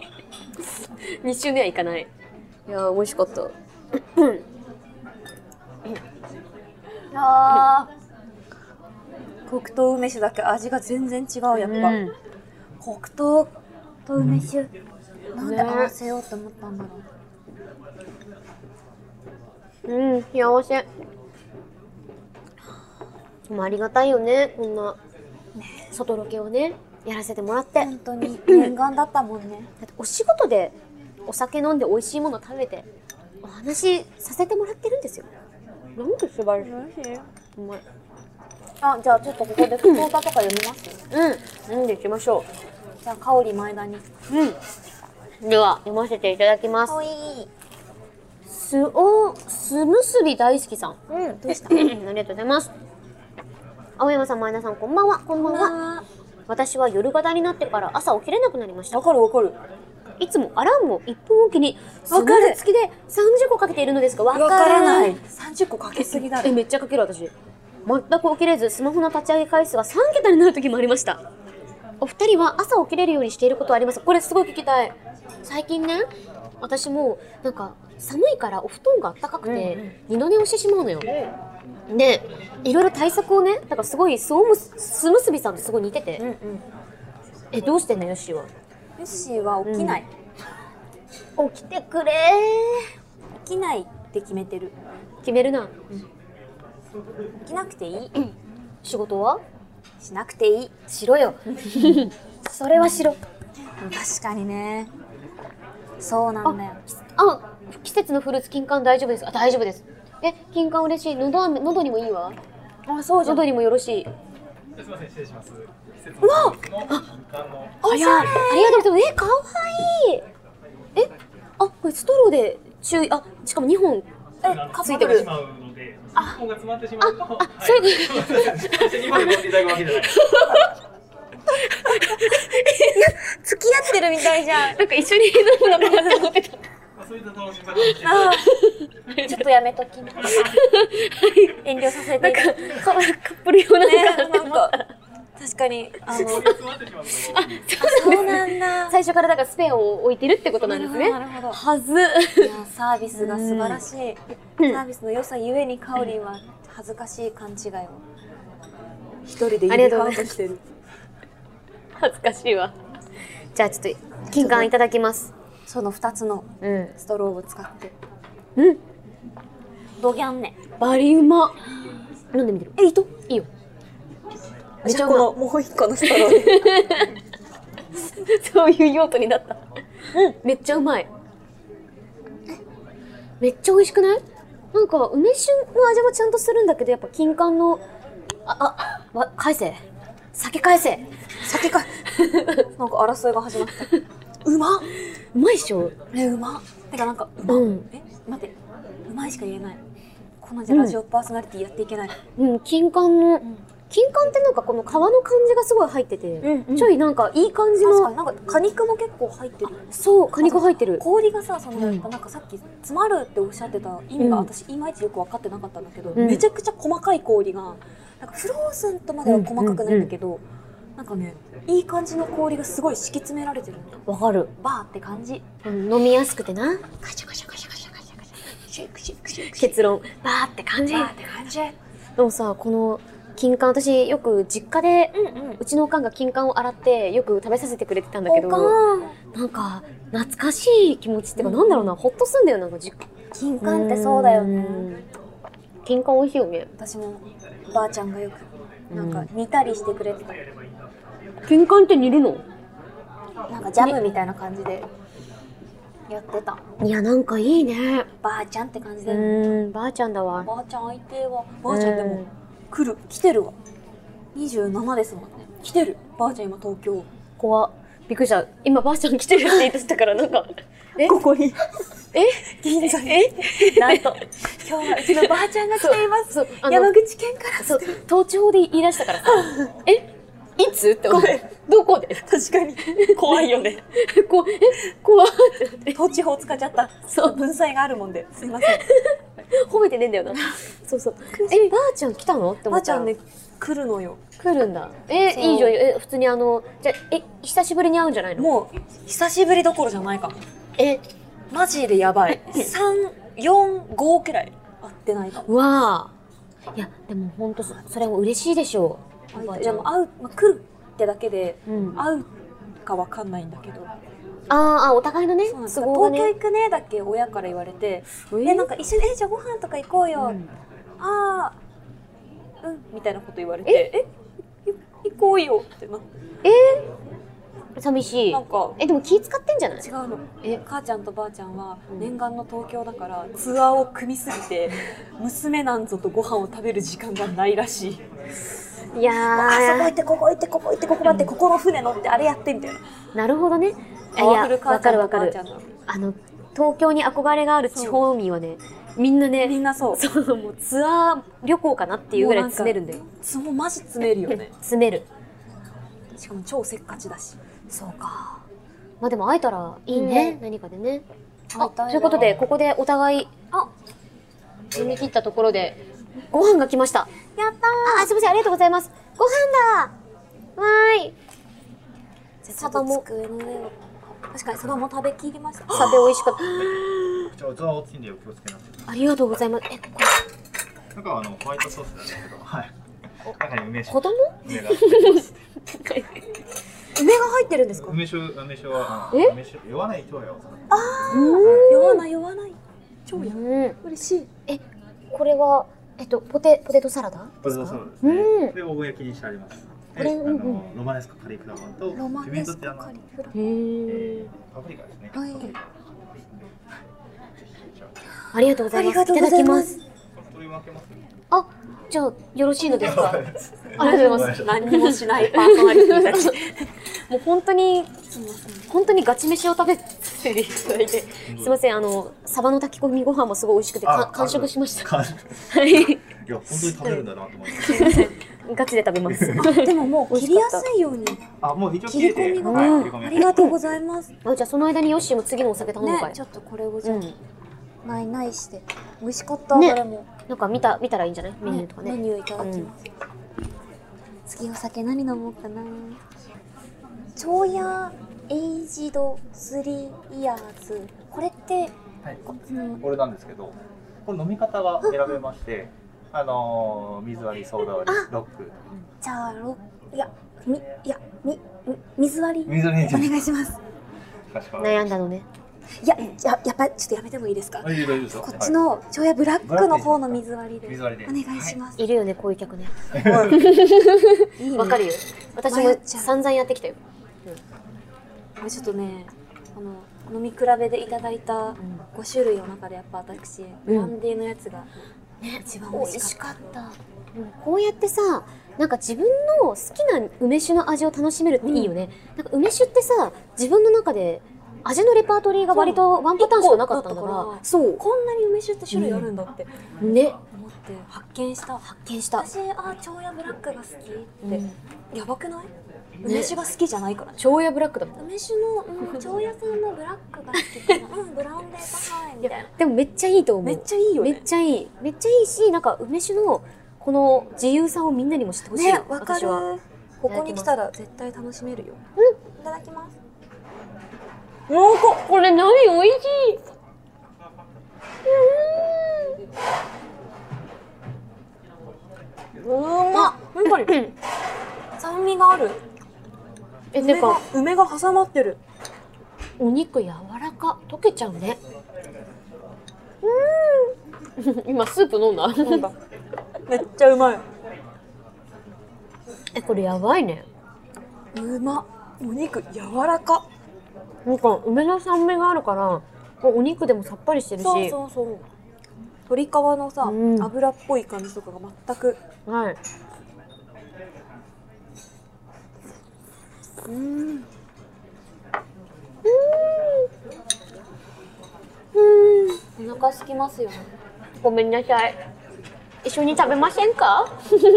Speaker 2: 2周目はいかないいやー美味しかった
Speaker 1: あー黒糖梅酒だけ味が全然違うやっぱ、
Speaker 2: うん
Speaker 1: 黒糖と梅酒、なんで
Speaker 2: ね
Speaker 1: 合わせようと思ったんだろう、
Speaker 2: うん、幸せ。でもありがたいよね、こんな外ロケをね、やらせてもらって。だ
Speaker 1: 本当に念願だったもんね
Speaker 2: ってお仕事でお酒飲んで美味しいもの食べて、お話しさせてもらってるんですよ。なんて素晴らしい。うまい。
Speaker 1: あじゃあちょっとここで福岡とか読みます、
Speaker 2: うん、飲んでいきましょ
Speaker 1: じゃあ香り前田に
Speaker 2: う。うん。では、読ませていただきます。
Speaker 1: 香り
Speaker 2: すお、すむすび大好きさん。
Speaker 1: うんどうした
Speaker 2: ありがとうございます。青山さん、前田さん、こんばんは。こんばんは。
Speaker 1: あ
Speaker 2: 私は夜型になってから朝起きれなくなりまし
Speaker 1: ーわ
Speaker 2: た
Speaker 1: かるわかる
Speaker 2: いつもアラームを1分おきに
Speaker 1: わかる
Speaker 2: スマホ付きで30個かけているのですがわ
Speaker 1: わからないい30個かけすぎだ
Speaker 2: え
Speaker 1: ろ
Speaker 2: めっちゃかける私全く起きれずスマホの立ち上げ回数が3桁になる時もありましたお二人は朝起きれるようにしていることはありますかこれすごい聞きたい最近ね私もなんか寒いからお布団が暖かくて二度寝をしてしまうのよ、でいろいろ対策をねだからすごいそうむすすむすびさんとすごい似てて、
Speaker 1: うんうん
Speaker 2: えどうしてんのよしは
Speaker 1: ヨッシーは起きない、
Speaker 2: 起きてくれ
Speaker 1: 起きないって決めてる
Speaker 2: 決めるな
Speaker 1: 起きなくていい、
Speaker 2: 仕事は
Speaker 1: しなくていい
Speaker 2: しろよそれはしろ
Speaker 1: 確かにねそうなんだよ
Speaker 2: あ季節のフルーツ金柑大丈夫ですあ大丈夫ですえ金柑嬉しい喉飴喉にもいいわ
Speaker 1: あそう
Speaker 2: 喉にもよろしい
Speaker 3: すみません失礼します。うわ。あの
Speaker 2: あやありがとうございますえかわいいえあこれストローで注意あしかも2本
Speaker 1: え
Speaker 3: カ
Speaker 1: カ
Speaker 3: ッ
Speaker 1: ッ
Speaker 3: プ
Speaker 1: プ
Speaker 3: ル
Speaker 1: ル
Speaker 3: しまうので、一本が詰まってしまうと、あ
Speaker 2: そういう
Speaker 3: こと。二本でいただくわけじ ゃない。
Speaker 1: 付き合ってるみたいじ ゃん
Speaker 2: なんか一緒に飲むのかなって思ってた
Speaker 3: まあそういった楽しみ方もしてます。
Speaker 1: あーちょっとやめときます遠慮させていただきま
Speaker 2: カップル用な
Speaker 1: すね
Speaker 2: のかなって
Speaker 1: な
Speaker 2: 思
Speaker 1: ん
Speaker 2: った、
Speaker 1: か確かにあ
Speaker 3: 一本
Speaker 1: の
Speaker 3: が詰まってしまうと。
Speaker 1: そうなんだ
Speaker 2: 最初からだからスペアを置いてるってことなんですね
Speaker 1: なるほどなるほど
Speaker 2: はず
Speaker 1: いやサービスが素晴らしい、
Speaker 2: うん
Speaker 1: サービスの良さゆえにカオリンは恥ずかしい勘違いを一人で
Speaker 2: あ
Speaker 1: 指
Speaker 2: りが
Speaker 1: カ
Speaker 2: とうご
Speaker 1: ウン
Speaker 2: ざいま
Speaker 1: トしてる
Speaker 2: 恥ずかしいわじゃあちょっと金柑いただきます
Speaker 1: その2つの
Speaker 2: うん
Speaker 1: ストローを使って
Speaker 2: うん
Speaker 1: ドギャンね
Speaker 2: バリうま飲んでみてる
Speaker 1: え糸
Speaker 2: いいよめ
Speaker 1: じ
Speaker 2: ちゃ
Speaker 1: ゃあ
Speaker 2: うま
Speaker 1: このもう一個のストロー
Speaker 2: そういう用途になったうんめっちゃうまいめっちゃ美味しくないなんか梅酒の味もちゃんとするんだけどやっぱ金柑のああわ返せ酒返せ
Speaker 1: 先かなんか争いが始まったうまっ
Speaker 2: うまいっしょ
Speaker 1: えうまってかなんかうま、
Speaker 2: うん
Speaker 1: え待ってうまいしか言えないこのじゃラジオパーソナリティやっていけない、
Speaker 2: うん金柑の金柑ってなんかこの皮の感じがすごい入ってて、
Speaker 1: んうん
Speaker 2: ちょいなんかいい感じ
Speaker 1: 確か
Speaker 2: の
Speaker 1: になんか果肉も結構入ってる
Speaker 2: そう果肉入ってる
Speaker 1: 氷がさその
Speaker 2: うん
Speaker 1: やっぱなんかさっき詰まるっておっしゃってた意味が
Speaker 2: うん
Speaker 1: 私いまいちよく分かってなかったんだけど、
Speaker 2: うん
Speaker 1: めちゃくちゃ細かい氷がなんかフローズンとまでは細かくないんだけど、なんかねいい感じの氷がすごい敷き詰められてるの
Speaker 2: わかる、
Speaker 1: バーって感じ
Speaker 2: うん、飲みやすくてな
Speaker 1: ガシャガシャガシャガシャガシャガシャシェイクシェイクシェイクシェイ
Speaker 2: 結論バーって感
Speaker 1: ク
Speaker 2: じ
Speaker 1: バーって感じ
Speaker 2: でもさこの金柑私よく実家で
Speaker 1: うんうん
Speaker 2: うちのおかんが金柑を洗ってよく食べさせてくれてたんだけど
Speaker 1: おかん
Speaker 2: なんか懐かしい気持ちっていうか、
Speaker 1: うん
Speaker 2: なんだろうなほっとすんだよなんか実家
Speaker 1: 金柑ってそうだよね
Speaker 2: うん金柑美味しいよね
Speaker 1: 私もばあちゃんがよくなんか煮たりしてくれてた
Speaker 2: 金柑って煮るの
Speaker 1: なんかジャムみたいな感じでやってた
Speaker 2: いやなんかいいね
Speaker 1: ばあちゃんって感じ
Speaker 2: う
Speaker 1: で、
Speaker 2: んばあちゃんだわ
Speaker 1: ばあちゃん相手はばあちゃんで
Speaker 2: う
Speaker 1: も来る来てるわ27ですもんね来てるばあちゃん今東京
Speaker 2: 怖っびっくりした今ばあちゃん来てるって言ってたか らなんかえ
Speaker 1: ここに
Speaker 2: え
Speaker 1: 銀座に
Speaker 2: え
Speaker 1: なんと今日はうちのば あちゃんが来ています
Speaker 2: そうあの
Speaker 1: 山口県から
Speaker 2: そう、東地方で言い出したからさ。えいつって思っ
Speaker 1: ごめん
Speaker 2: て。どこで
Speaker 1: 確かに。怖いよね。
Speaker 2: こう、え、怖いってなって。
Speaker 1: 統治法使っちゃった。
Speaker 2: そう
Speaker 1: 文才があるもんで。すいません。
Speaker 2: 褒めてねえんだよな。そうそう。え、ばあちゃん来たのって思
Speaker 1: ば
Speaker 2: っ
Speaker 1: あち
Speaker 2: たら
Speaker 1: ゃんね、来るのよ。
Speaker 2: 来るんだ。え、
Speaker 1: そう
Speaker 2: いい女優。え、普通にあの、じゃあえ、久しぶりに会うんじゃないの
Speaker 1: もう、久しぶりどころじゃないかも。
Speaker 2: え、
Speaker 1: マジでやばい。3、4、5くらい会ってないかも。
Speaker 2: わあ。いや、でも本当そそれも嬉しいでしょう。
Speaker 1: じゃあもう会う、まあ、来るってだけで、
Speaker 2: うん。あ
Speaker 1: 会うかわかんないんだけど。
Speaker 2: あー、お互いのね
Speaker 1: そうなん、です
Speaker 2: 都
Speaker 1: よ
Speaker 2: 合が
Speaker 1: 東京
Speaker 2: ね。
Speaker 1: 行くねだけ親から言われて、
Speaker 2: え
Speaker 1: え、なんか一緒に、え、じゃあご飯とか行こうよ。
Speaker 2: うん
Speaker 1: ああ、うん、みたいなこと言われて、え、い行こうよってな。
Speaker 2: 寂しい
Speaker 1: なん。か、
Speaker 2: え、でも気使ってんじゃない
Speaker 1: 違うの。
Speaker 2: え
Speaker 1: 母ちゃんとばあちゃんは
Speaker 2: うん
Speaker 1: 念願の東京だからツアーを組みすぎて娘なんぞとご飯を食べる時間がないらしい
Speaker 2: いや
Speaker 1: あそこ行
Speaker 2: ー、
Speaker 1: ってここ行ってここ行ってここ待ってここの船乗ってあれやってみたいな
Speaker 2: なるほどね。あい
Speaker 1: パワ
Speaker 2: や、
Speaker 1: フル母
Speaker 2: わ
Speaker 1: ちゃ
Speaker 2: か
Speaker 1: ん
Speaker 2: る
Speaker 1: と
Speaker 2: わか
Speaker 1: ばあ
Speaker 2: る
Speaker 1: ちゃ。んなの
Speaker 2: あの、東京に憧れがある地方民はね、みんな
Speaker 1: み
Speaker 2: ね、
Speaker 1: んなそう
Speaker 2: そう、もうツアー旅行かなっていうぐらい詰めるんだよ。
Speaker 1: つもうマジ詰めるよ ね
Speaker 2: 詰める。
Speaker 1: しかも超せっかちだし
Speaker 2: そうか。まあでも会えたらいいね、何かでね。
Speaker 1: 会い
Speaker 2: あ
Speaker 1: たいな
Speaker 2: ということで、ここでお互い、あ読み切ったところで、ご飯が来ました。
Speaker 4: やったー
Speaker 2: あ、すみません、ありがとうございます。ご飯だわーい。
Speaker 1: じゃあ
Speaker 2: サバも
Speaker 1: 机の上を確かにサバも食べきりました
Speaker 2: サベ美味しかっ
Speaker 3: じゃあ器大きいんでお気をつけなさい。
Speaker 2: た。ありがとうございます。え、これ
Speaker 3: 中はあのホワイトソースなんですけど、はい。中に梅酒。
Speaker 2: 子供
Speaker 3: 梅が入ってます
Speaker 1: 梅が入ってるんですか
Speaker 3: 梅酒梅酒は
Speaker 2: え
Speaker 3: 梅酒酔わない人は酔わない。
Speaker 1: 酔わない酔わない超や
Speaker 2: うん。
Speaker 1: 嬉しい
Speaker 2: これは、えっと、ポテ、ポテトサラダ
Speaker 3: ポテトサラダです
Speaker 2: うん
Speaker 3: ね。で、オーブン焼きにしてあります。
Speaker 2: こ
Speaker 3: で
Speaker 2: れ
Speaker 3: あ
Speaker 2: うんう
Speaker 3: のロマネスコカリフラワーと
Speaker 4: ロマ
Speaker 3: ピメ
Speaker 4: ネ
Speaker 3: ント
Speaker 4: ス
Speaker 3: っ
Speaker 4: コ
Speaker 3: てあの
Speaker 4: カリフラワー
Speaker 2: へ
Speaker 3: え
Speaker 2: ー。
Speaker 3: ーパプリカですね。
Speaker 4: はい
Speaker 3: パプリカぜひじゃあ
Speaker 2: ありがとうございます。
Speaker 4: ありがとうございます
Speaker 2: ただきます。
Speaker 3: 取り分けますね。
Speaker 2: あ、じゃあ、よろしいのですかありがとうございます。
Speaker 1: 何にもしないパーソナリティたち
Speaker 2: もう本当に、本当にガチ飯を食べていただいて、すいません、あの、サバの炊き込みご飯もすごい美味しくて、
Speaker 3: あ
Speaker 2: か完食しまし。た。
Speaker 3: 完食
Speaker 2: はい。
Speaker 3: いや、本当に食べるんだなと思います。
Speaker 2: ガチで食べ ます。
Speaker 1: でももう切りやすいように
Speaker 3: あ、もう非常に
Speaker 1: 切り込みが、
Speaker 3: はい切り込み
Speaker 1: ありがとうございます。ね、
Speaker 2: あじゃあ、その間にヨッシーも次のお酒頼むのかい。
Speaker 1: ちょっとこれをじ
Speaker 2: う
Speaker 1: ゃあ、
Speaker 2: ん。
Speaker 4: ないないして美味しかった、
Speaker 2: ね
Speaker 4: どれも、
Speaker 2: なんか見た、見たらいいんじゃないメニューとか
Speaker 1: メ
Speaker 2: ね。
Speaker 1: ニューいただきます。
Speaker 4: 次お酒何飲もうかな長屋エイジドスリーイヤーズこれって
Speaker 3: はい
Speaker 4: こうん
Speaker 3: これなんですけど、これ飲み方が選べまして、あのー水割り、ソーダ割り、ロック。
Speaker 4: じゃあろいやみいやみみ水割り
Speaker 3: 水割り
Speaker 4: お
Speaker 3: じゃない
Speaker 4: 願いします
Speaker 3: かしこまり
Speaker 2: 悩んだのね。
Speaker 4: いやややっぱりちょっとやめてもいいですか
Speaker 3: ました。大丈夫ですよ
Speaker 4: こっちの長屋ブラックの方の水割りで
Speaker 3: 水割りで
Speaker 4: お願いします、
Speaker 2: いるよね、こういう客ね。
Speaker 1: いいね
Speaker 2: わかるよ。私
Speaker 4: 迷っ
Speaker 2: も
Speaker 4: ちゃう
Speaker 2: 散々やってきたよ。
Speaker 1: これちょっとね、あの飲み比べでいただいた5種類の中でやっぱ私、ブランデーのやつが一番美味しかっ
Speaker 4: った
Speaker 2: うんこうやってさなんか自分の好きな梅酒の味を楽しめるっていいよね、なんか梅酒ってさ自分の中で味のレパートリーが割とワンパターンしかなかったんだから
Speaker 1: そう
Speaker 2: そ
Speaker 1: こんなに梅酒って種類あるんだって
Speaker 2: うね
Speaker 1: 思って発見した。
Speaker 2: 発見した、
Speaker 1: 私あー長屋ブラックが好きって、
Speaker 2: うん
Speaker 1: やばくない？梅酒が好きじゃないからね。
Speaker 2: 超やブラックだもん
Speaker 1: 梅酒の、うん、長屋さんのブラックが好きか な。うん、ブラウンデー高いみたいな。
Speaker 2: でもめっちゃいいと思う
Speaker 1: めっちゃいいよね
Speaker 2: めっちゃいいめっちゃいいしなんか梅酒のこの自由さをみんなにも知ってほしい
Speaker 1: ね
Speaker 2: の、
Speaker 1: わか
Speaker 2: 私
Speaker 1: る
Speaker 2: は。
Speaker 1: ここに来たら絶対楽しめるよ。いただきます。
Speaker 2: 濃厚これ何美味しい
Speaker 1: うまっ。やっぱり 酸味がある。
Speaker 2: えて
Speaker 1: 梅が
Speaker 2: か
Speaker 1: 梅が挟まってる。
Speaker 2: お肉柔らか溶けちゃうねうん 今スープ飲んだ
Speaker 1: なん かめっちゃうまい。
Speaker 2: えこれやばいね
Speaker 1: うまっ。お肉柔らか。
Speaker 2: なんか梅の酸味があるからこうお肉でもさっぱりしてるし
Speaker 1: そうそうそう。鶏皮のさ、
Speaker 2: うん
Speaker 1: 油っぽい感じとかが全く。
Speaker 2: はい、
Speaker 1: うん。
Speaker 2: お腹空きますよねごめんなさい一緒に食べませんか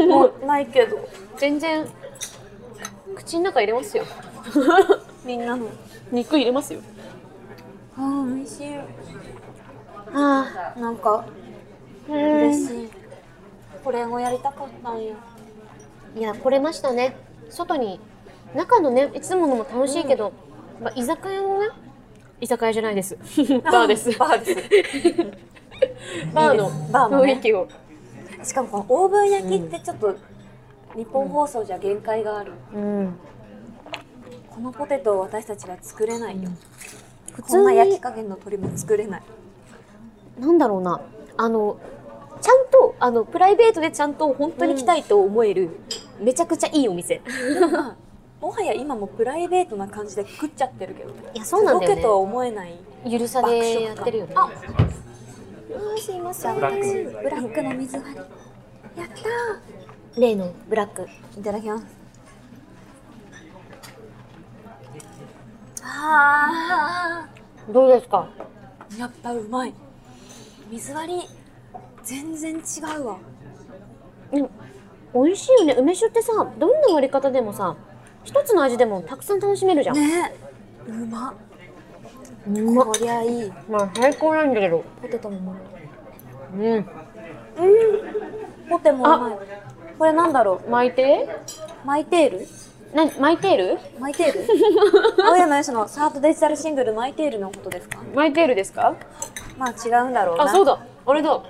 Speaker 1: もうないけど。
Speaker 2: 全然口の中入れますよ。
Speaker 1: みんなの
Speaker 2: 肉入れますよ。
Speaker 1: あー美味しい
Speaker 2: あ
Speaker 1: なんか
Speaker 2: あ、
Speaker 1: 嬉
Speaker 2: 嬉し
Speaker 1: しいこれをやりたかったんや
Speaker 2: い。いや、来れましたね。外に、中のね、いつものも楽しいけど、まあ、居酒屋のね、居酒屋じゃない です。バーで す。
Speaker 1: バーです
Speaker 2: バーの
Speaker 1: バーのね
Speaker 2: 雰囲気を。
Speaker 1: しかもこのオーブン焼きってちょっと日本放送じゃ限界がある、
Speaker 2: うん。
Speaker 1: このポテトを私たちが作れないよ、
Speaker 2: 普
Speaker 1: こんな
Speaker 2: 通
Speaker 1: 焼
Speaker 2: に
Speaker 1: き、加減の鳥も作れない
Speaker 2: なんだろうな、あの、ちゃんと、あの、プライベートでちゃんと本当に来たいと思える、めちゃくちゃいいお店。
Speaker 1: もはや今もプライベートな感じで食っちゃってるけどね
Speaker 2: いや、そうなんだよ
Speaker 1: ロケ
Speaker 2: ね
Speaker 1: と。は思えない
Speaker 2: 許さでやってるよね。
Speaker 1: ああすいません
Speaker 3: ブラックの水割り
Speaker 1: ブラックの水割りやった
Speaker 2: 例のブラック。
Speaker 1: ーいただきますあ
Speaker 2: どうですか。
Speaker 1: ーやっぱうまい水割り全然違うわ
Speaker 2: うん美味しいよね。梅酒ってさ、どんな割り方でもさ、一つの味でもたくさん楽しめるじゃん。
Speaker 1: ねえうまっ
Speaker 2: うまっ
Speaker 1: こりゃいい
Speaker 2: まあ最高なんだけど。
Speaker 1: ポテトもうまい
Speaker 2: うん。
Speaker 1: ポテもうまいこれなんだろ
Speaker 2: 巻いて？
Speaker 1: うマイテール
Speaker 2: な巻いてる？
Speaker 1: マイテール青山由志のサードデジタルシングルマイテールのことですか
Speaker 2: 巻いてるですか？
Speaker 1: まあ違うんだろうな
Speaker 2: あ、そう
Speaker 1: だ
Speaker 2: だ。あれだ。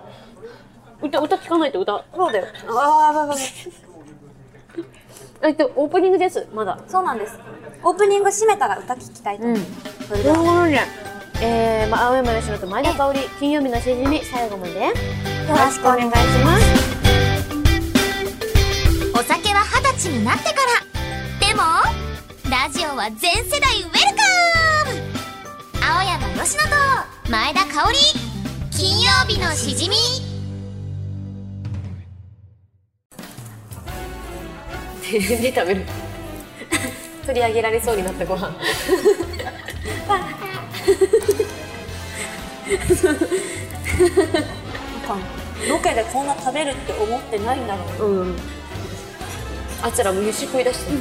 Speaker 2: 歌歌聞かないと歌。
Speaker 1: そうだよああ
Speaker 2: えっとオープニングです。まだ。
Speaker 1: そうなんですオープニング締めたら歌聞きたいと思います、それでは
Speaker 2: そうね。えー、まあ青山佳乃と前田香織金曜日のしじみ最後までよろしくお願いします。
Speaker 5: お酒は二十歳になってからでもラジオは全世代ウェルカム青山佳乃と前田香織金曜日のしじみ
Speaker 2: 手で食べる取り上げられそうになったご飯
Speaker 1: ロケでこんな食べるって思ってないんだろう
Speaker 2: うんあいつらもう飯食い出してる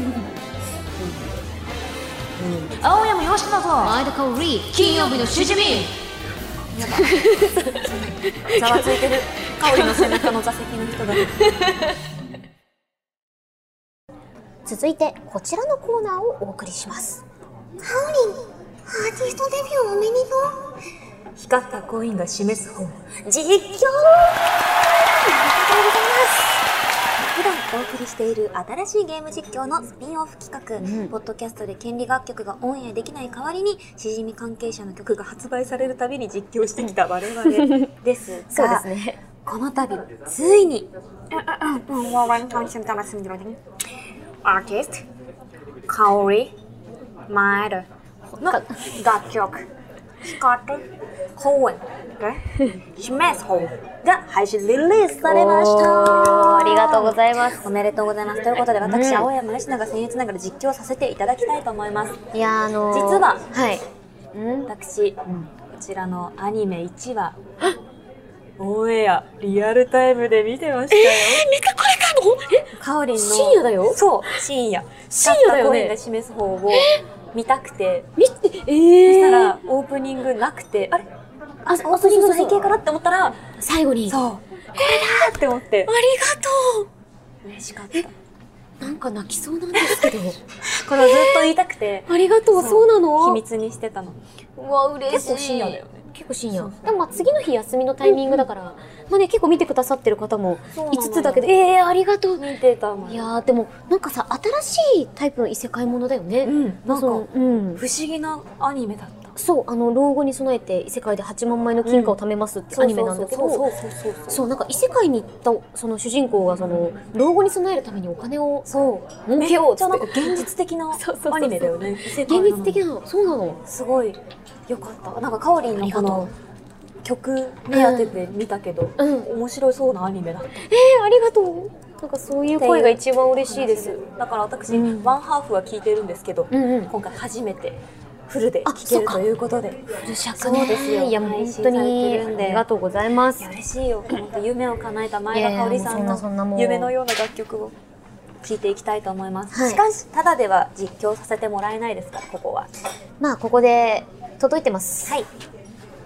Speaker 5: 青山佳乃と前田香織金曜日のしじみ
Speaker 1: ざわついてる香りの背中の座席の人が
Speaker 2: 続いてこちらのコーナーをお送りします
Speaker 1: 光ったコインが示す本
Speaker 2: 実況
Speaker 6: 普段お送りしている新しいゲーム実況のスピンオフ企画、ポッドキャストで権利楽曲がオンエアできない代わりにしじみ関係者の曲が発売されるたびに実況してきた我々ですが
Speaker 2: そうですね
Speaker 6: この度ついに
Speaker 1: アーティスト香りマイルの楽曲光った公演で示す本が配信リリースされまし
Speaker 2: お
Speaker 1: た
Speaker 2: ーありがとうございます
Speaker 1: おめでとうございますということで私、
Speaker 2: うん
Speaker 1: 青山佳乃が僭越ながら実況させていただきたいと思います
Speaker 2: いやーあのー、
Speaker 1: 実は
Speaker 2: はいうん
Speaker 1: 私、こちらのアニメ1話オンエアリアルタイムで見てましたよ、かおりんの
Speaker 2: 深夜だよ
Speaker 1: そう深夜
Speaker 2: 深夜だよね
Speaker 1: 光った声が示す方を見たくて
Speaker 2: 見て
Speaker 1: そ
Speaker 2: え
Speaker 1: した
Speaker 2: ー、
Speaker 1: らオープニングなくてあれ
Speaker 2: あ
Speaker 1: オープニングの背景かなって思ったら
Speaker 2: 最後に
Speaker 1: そうこれだって思って
Speaker 2: ありがと
Speaker 1: 嬉しかった
Speaker 2: うなんか泣きそうなんですけど
Speaker 1: これをずっと言いたくて
Speaker 2: ありがとうそうなの
Speaker 1: 秘密にしてたの
Speaker 2: うわ嬉しい
Speaker 1: 結構深夜だよね
Speaker 2: 結構深夜でもまあ次の日休みのタイミングだから、まあね結構見てくださってる方も
Speaker 1: そうなの
Speaker 2: 5つだけどええー、ありがとう
Speaker 1: 見てたもん
Speaker 2: いやーでもなんかさ新しいタイプの異世界ものだよね、
Speaker 1: うんなん
Speaker 2: そ
Speaker 1: か
Speaker 2: のうん
Speaker 1: 不思議なアニメだった
Speaker 2: そうあの老後に備えて異世界で8万枚の金貨を貯めますってアニメなんだけ
Speaker 1: そうそ
Speaker 2: ど
Speaker 1: うそうそうそう
Speaker 2: そうなんか異世界に行ったその主人公がその老後に備えるためにお金を
Speaker 1: そう
Speaker 2: 儲けようっ
Speaker 1: じ
Speaker 2: つ
Speaker 1: ゃ
Speaker 2: っ
Speaker 1: なん
Speaker 2: て
Speaker 1: か現実的な
Speaker 2: そうそうそう
Speaker 1: アニメだよね
Speaker 2: 現実的
Speaker 1: な
Speaker 2: なのそうなの
Speaker 1: すごいよかったなんかかおりんのこの曲目当てで見たけど、
Speaker 2: うん
Speaker 1: 面白そうなアニメだった
Speaker 2: えー、ありがとうなんかそういう声が一番嬉しいです
Speaker 1: だから私、ワンハーフは聞いてるんですけど、
Speaker 2: うんうん
Speaker 1: 今回初めてフルで
Speaker 2: あ
Speaker 1: 聞け
Speaker 2: そう
Speaker 1: る
Speaker 2: か
Speaker 1: ということで
Speaker 2: ルシャ
Speaker 1: クねそうですよ
Speaker 2: いやもう本当
Speaker 1: 配信さ
Speaker 2: に
Speaker 1: れてるんで
Speaker 2: ありがとうございます
Speaker 1: いや嬉しいよ本当夢を叶えた前田香織さん
Speaker 2: いやいやもうそんなそんなも
Speaker 1: の
Speaker 2: う
Speaker 1: 夢のような楽曲を聞いていきたいと思います、
Speaker 2: はい
Speaker 1: しかし、ただでは実況させてもらえないですから、ここは。
Speaker 2: まあここで届いてます
Speaker 1: はい。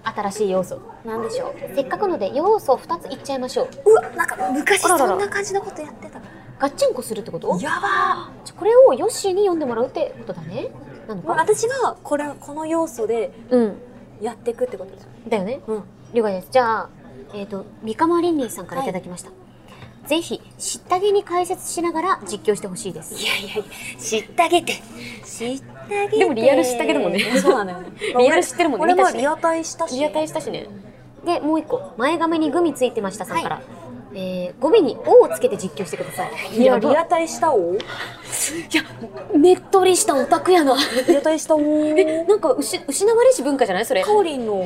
Speaker 2: 新しい要素
Speaker 1: なんでしょう。
Speaker 2: せっかくので要素2ついっちゃいましょう
Speaker 1: うわ、なんか昔
Speaker 2: あららら
Speaker 1: そんな感じのことやってた。
Speaker 2: ガッチンコするってこと
Speaker 1: やば
Speaker 2: じゃこれをヨッシーに読んでもらうってことだねなの
Speaker 1: ー。まあ
Speaker 2: か
Speaker 1: 私がこれ、この要素で
Speaker 2: うん
Speaker 1: やっていくってことですよね。
Speaker 2: だよね
Speaker 1: うん。
Speaker 2: 了解ですじゃあえっ、と三釜りんりんさんからいただきました、ぜひ知ったげに解説しながら実況してほしいです
Speaker 1: いやいやいや、知ったげて。知ったげて。
Speaker 2: でもリアル知ったげだもんね
Speaker 1: そうなのよ。
Speaker 2: リアル知ってるもんね
Speaker 1: 俺も
Speaker 2: 見たし
Speaker 1: リアタイしたし。
Speaker 2: リアタイしたしねでもう一個前髪にグミついてましたさんから、えー語尾に「O」をつけて実況してください
Speaker 1: いや、リアタイしたお。
Speaker 2: ねっとりしたオタクやな
Speaker 1: リアタイしたお。
Speaker 2: え なんかうし失われし文化じゃないそれ
Speaker 1: カオリンの。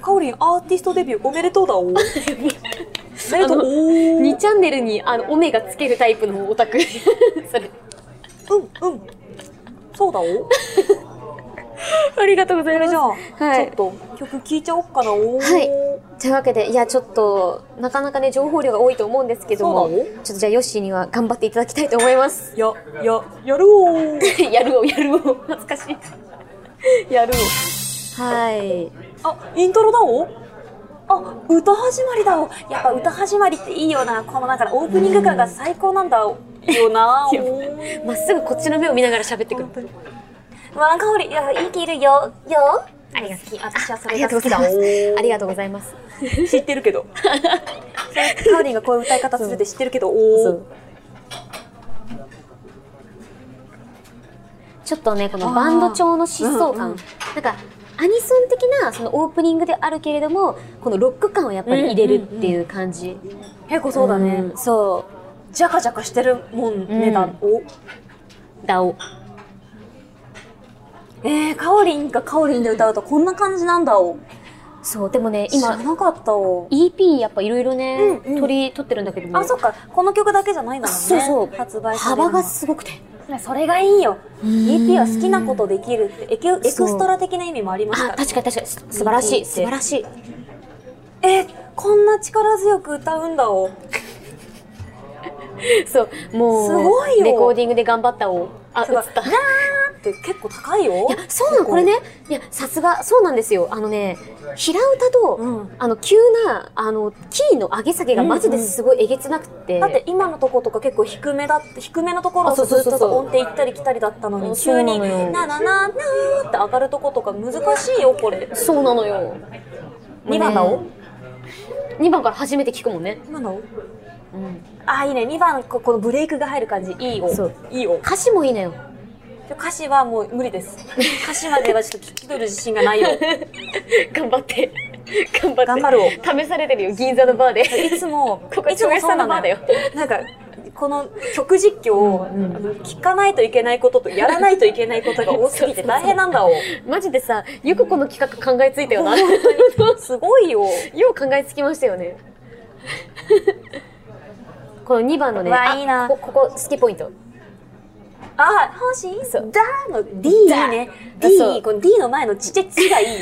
Speaker 1: カオリンアーティストデビューおめでとうだお。おめでとうお。
Speaker 2: 2チャンネルにあのオメがつけるタイプのオタク それ
Speaker 1: うんうん。そうだお。
Speaker 2: ありがとうござい
Speaker 1: それじゃあ、
Speaker 2: はい
Speaker 1: ちょっと曲聴いちゃおっかなお。
Speaker 2: はいというわけでいやちょっとなかなかね情報量が多いと思うんですけども
Speaker 1: そうなの
Speaker 2: ちょっとじゃあヨッシーには頑張っていただきたいと思います
Speaker 1: やややるお。
Speaker 2: やるをやるを懐かしいやるをはい
Speaker 1: あイントロだお。あ歌始まりだお。やっぱ歌始まりっていいよな。このなんかオープニングからが最高なんだお。よな
Speaker 2: いや
Speaker 1: お。
Speaker 2: まっすぐこっちの目を見ながら喋ってくる
Speaker 1: ワンカオリンいやいい気いるよよ。
Speaker 2: ありがとう
Speaker 1: 私はそ
Speaker 2: あり
Speaker 1: れ
Speaker 2: が
Speaker 1: が
Speaker 2: と
Speaker 1: 好き
Speaker 2: うござい
Speaker 1: だ
Speaker 2: ます
Speaker 1: お。
Speaker 2: ありがとうございます
Speaker 1: 知ってるけど。カオリンがこういう歌い方するって知ってるけど、おお。
Speaker 2: ちょっとねこのバンド調の疾走
Speaker 1: あーうん
Speaker 2: 感、
Speaker 1: うん
Speaker 2: なんかアニソン的なそのオープニングであるけれどもこのロック感をやっぱり入れるっていう感じ、
Speaker 1: 結構そうだね
Speaker 2: ん。そ
Speaker 1: ジャカジャカしてるもんねだ
Speaker 2: うん
Speaker 1: お。
Speaker 2: うだお
Speaker 1: えー、カオリンがカオリンで歌うとこんな感じなんだお。
Speaker 2: そうでもね
Speaker 1: 知ら
Speaker 2: 今
Speaker 1: なかったお。
Speaker 2: EP やっぱいろいろね、
Speaker 1: うんうん
Speaker 2: 取り取ってるんだけども
Speaker 1: あ、そっか。この曲だけじゃないんだもんね。
Speaker 2: そうそう
Speaker 1: 発売される
Speaker 2: 幅
Speaker 1: の
Speaker 2: がすごくて
Speaker 1: それがいいよ。
Speaker 2: ん
Speaker 1: EP は好きなことできるってエキエク
Speaker 2: そう
Speaker 1: ストラ的な意味もあります
Speaker 2: あ
Speaker 1: から。
Speaker 2: 確かに確かにす素晴ら
Speaker 1: EP
Speaker 2: し
Speaker 1: って
Speaker 2: い素晴らしい
Speaker 1: えー、こんな力強く歌うんだお。
Speaker 2: そうもう
Speaker 1: すごいよ
Speaker 2: レコーディングで頑張ったをあ映
Speaker 1: すご
Speaker 2: っ
Speaker 1: い
Speaker 2: た
Speaker 1: って結構高いよ
Speaker 2: い。や、そうなの、これね。いや、さすが、そうなんですよ。あのね、平歌と、
Speaker 1: うん
Speaker 2: あの、急な、あの、キーの上げ下げがマジですごいえげつなくって。
Speaker 1: だって今のとことか結構低めだって低めのところ
Speaker 2: あそ
Speaker 1: を
Speaker 2: うそう
Speaker 1: ずっ
Speaker 2: そうそう
Speaker 1: と音程行ったり来たりだったのに
Speaker 2: そう
Speaker 1: 急
Speaker 2: な
Speaker 1: に
Speaker 2: のよ
Speaker 1: 「なななな」って上がるとことか難しいよこれ
Speaker 2: そうなのよ。
Speaker 1: 2番だお
Speaker 2: ?2 番から初めて聞くもんね。
Speaker 1: 今の
Speaker 2: うん。
Speaker 1: あいいね2番ここのブレイクが入る感じいいよ
Speaker 2: そう
Speaker 1: いいよ
Speaker 2: 歌詞もいいのよ。
Speaker 1: 歌詞はもう無理です歌詞まではちょっと聞き取る自信がない よ
Speaker 2: 頑張って。 頑張って。
Speaker 1: 頑張るを
Speaker 2: 試されてるよ、銀座のバーで。
Speaker 1: いつも
Speaker 2: ここ
Speaker 1: いつもそうなの
Speaker 2: 超越
Speaker 1: なんかこの曲実況をあの聞かないといけないこととやらないといけないことが多すぎて大変なん だを
Speaker 2: マジでさ、よくこの企画考えついたよな。よ
Speaker 1: すごいよ
Speaker 2: う考えつきま したよね。 この2番のね、
Speaker 1: うわ
Speaker 2: あ
Speaker 1: いいな
Speaker 2: こここ好きポイント。
Speaker 1: あ、欲しい
Speaker 2: そう
Speaker 1: だの D いいね。D
Speaker 2: そう、
Speaker 1: この D の前のちっちゃいちが いい。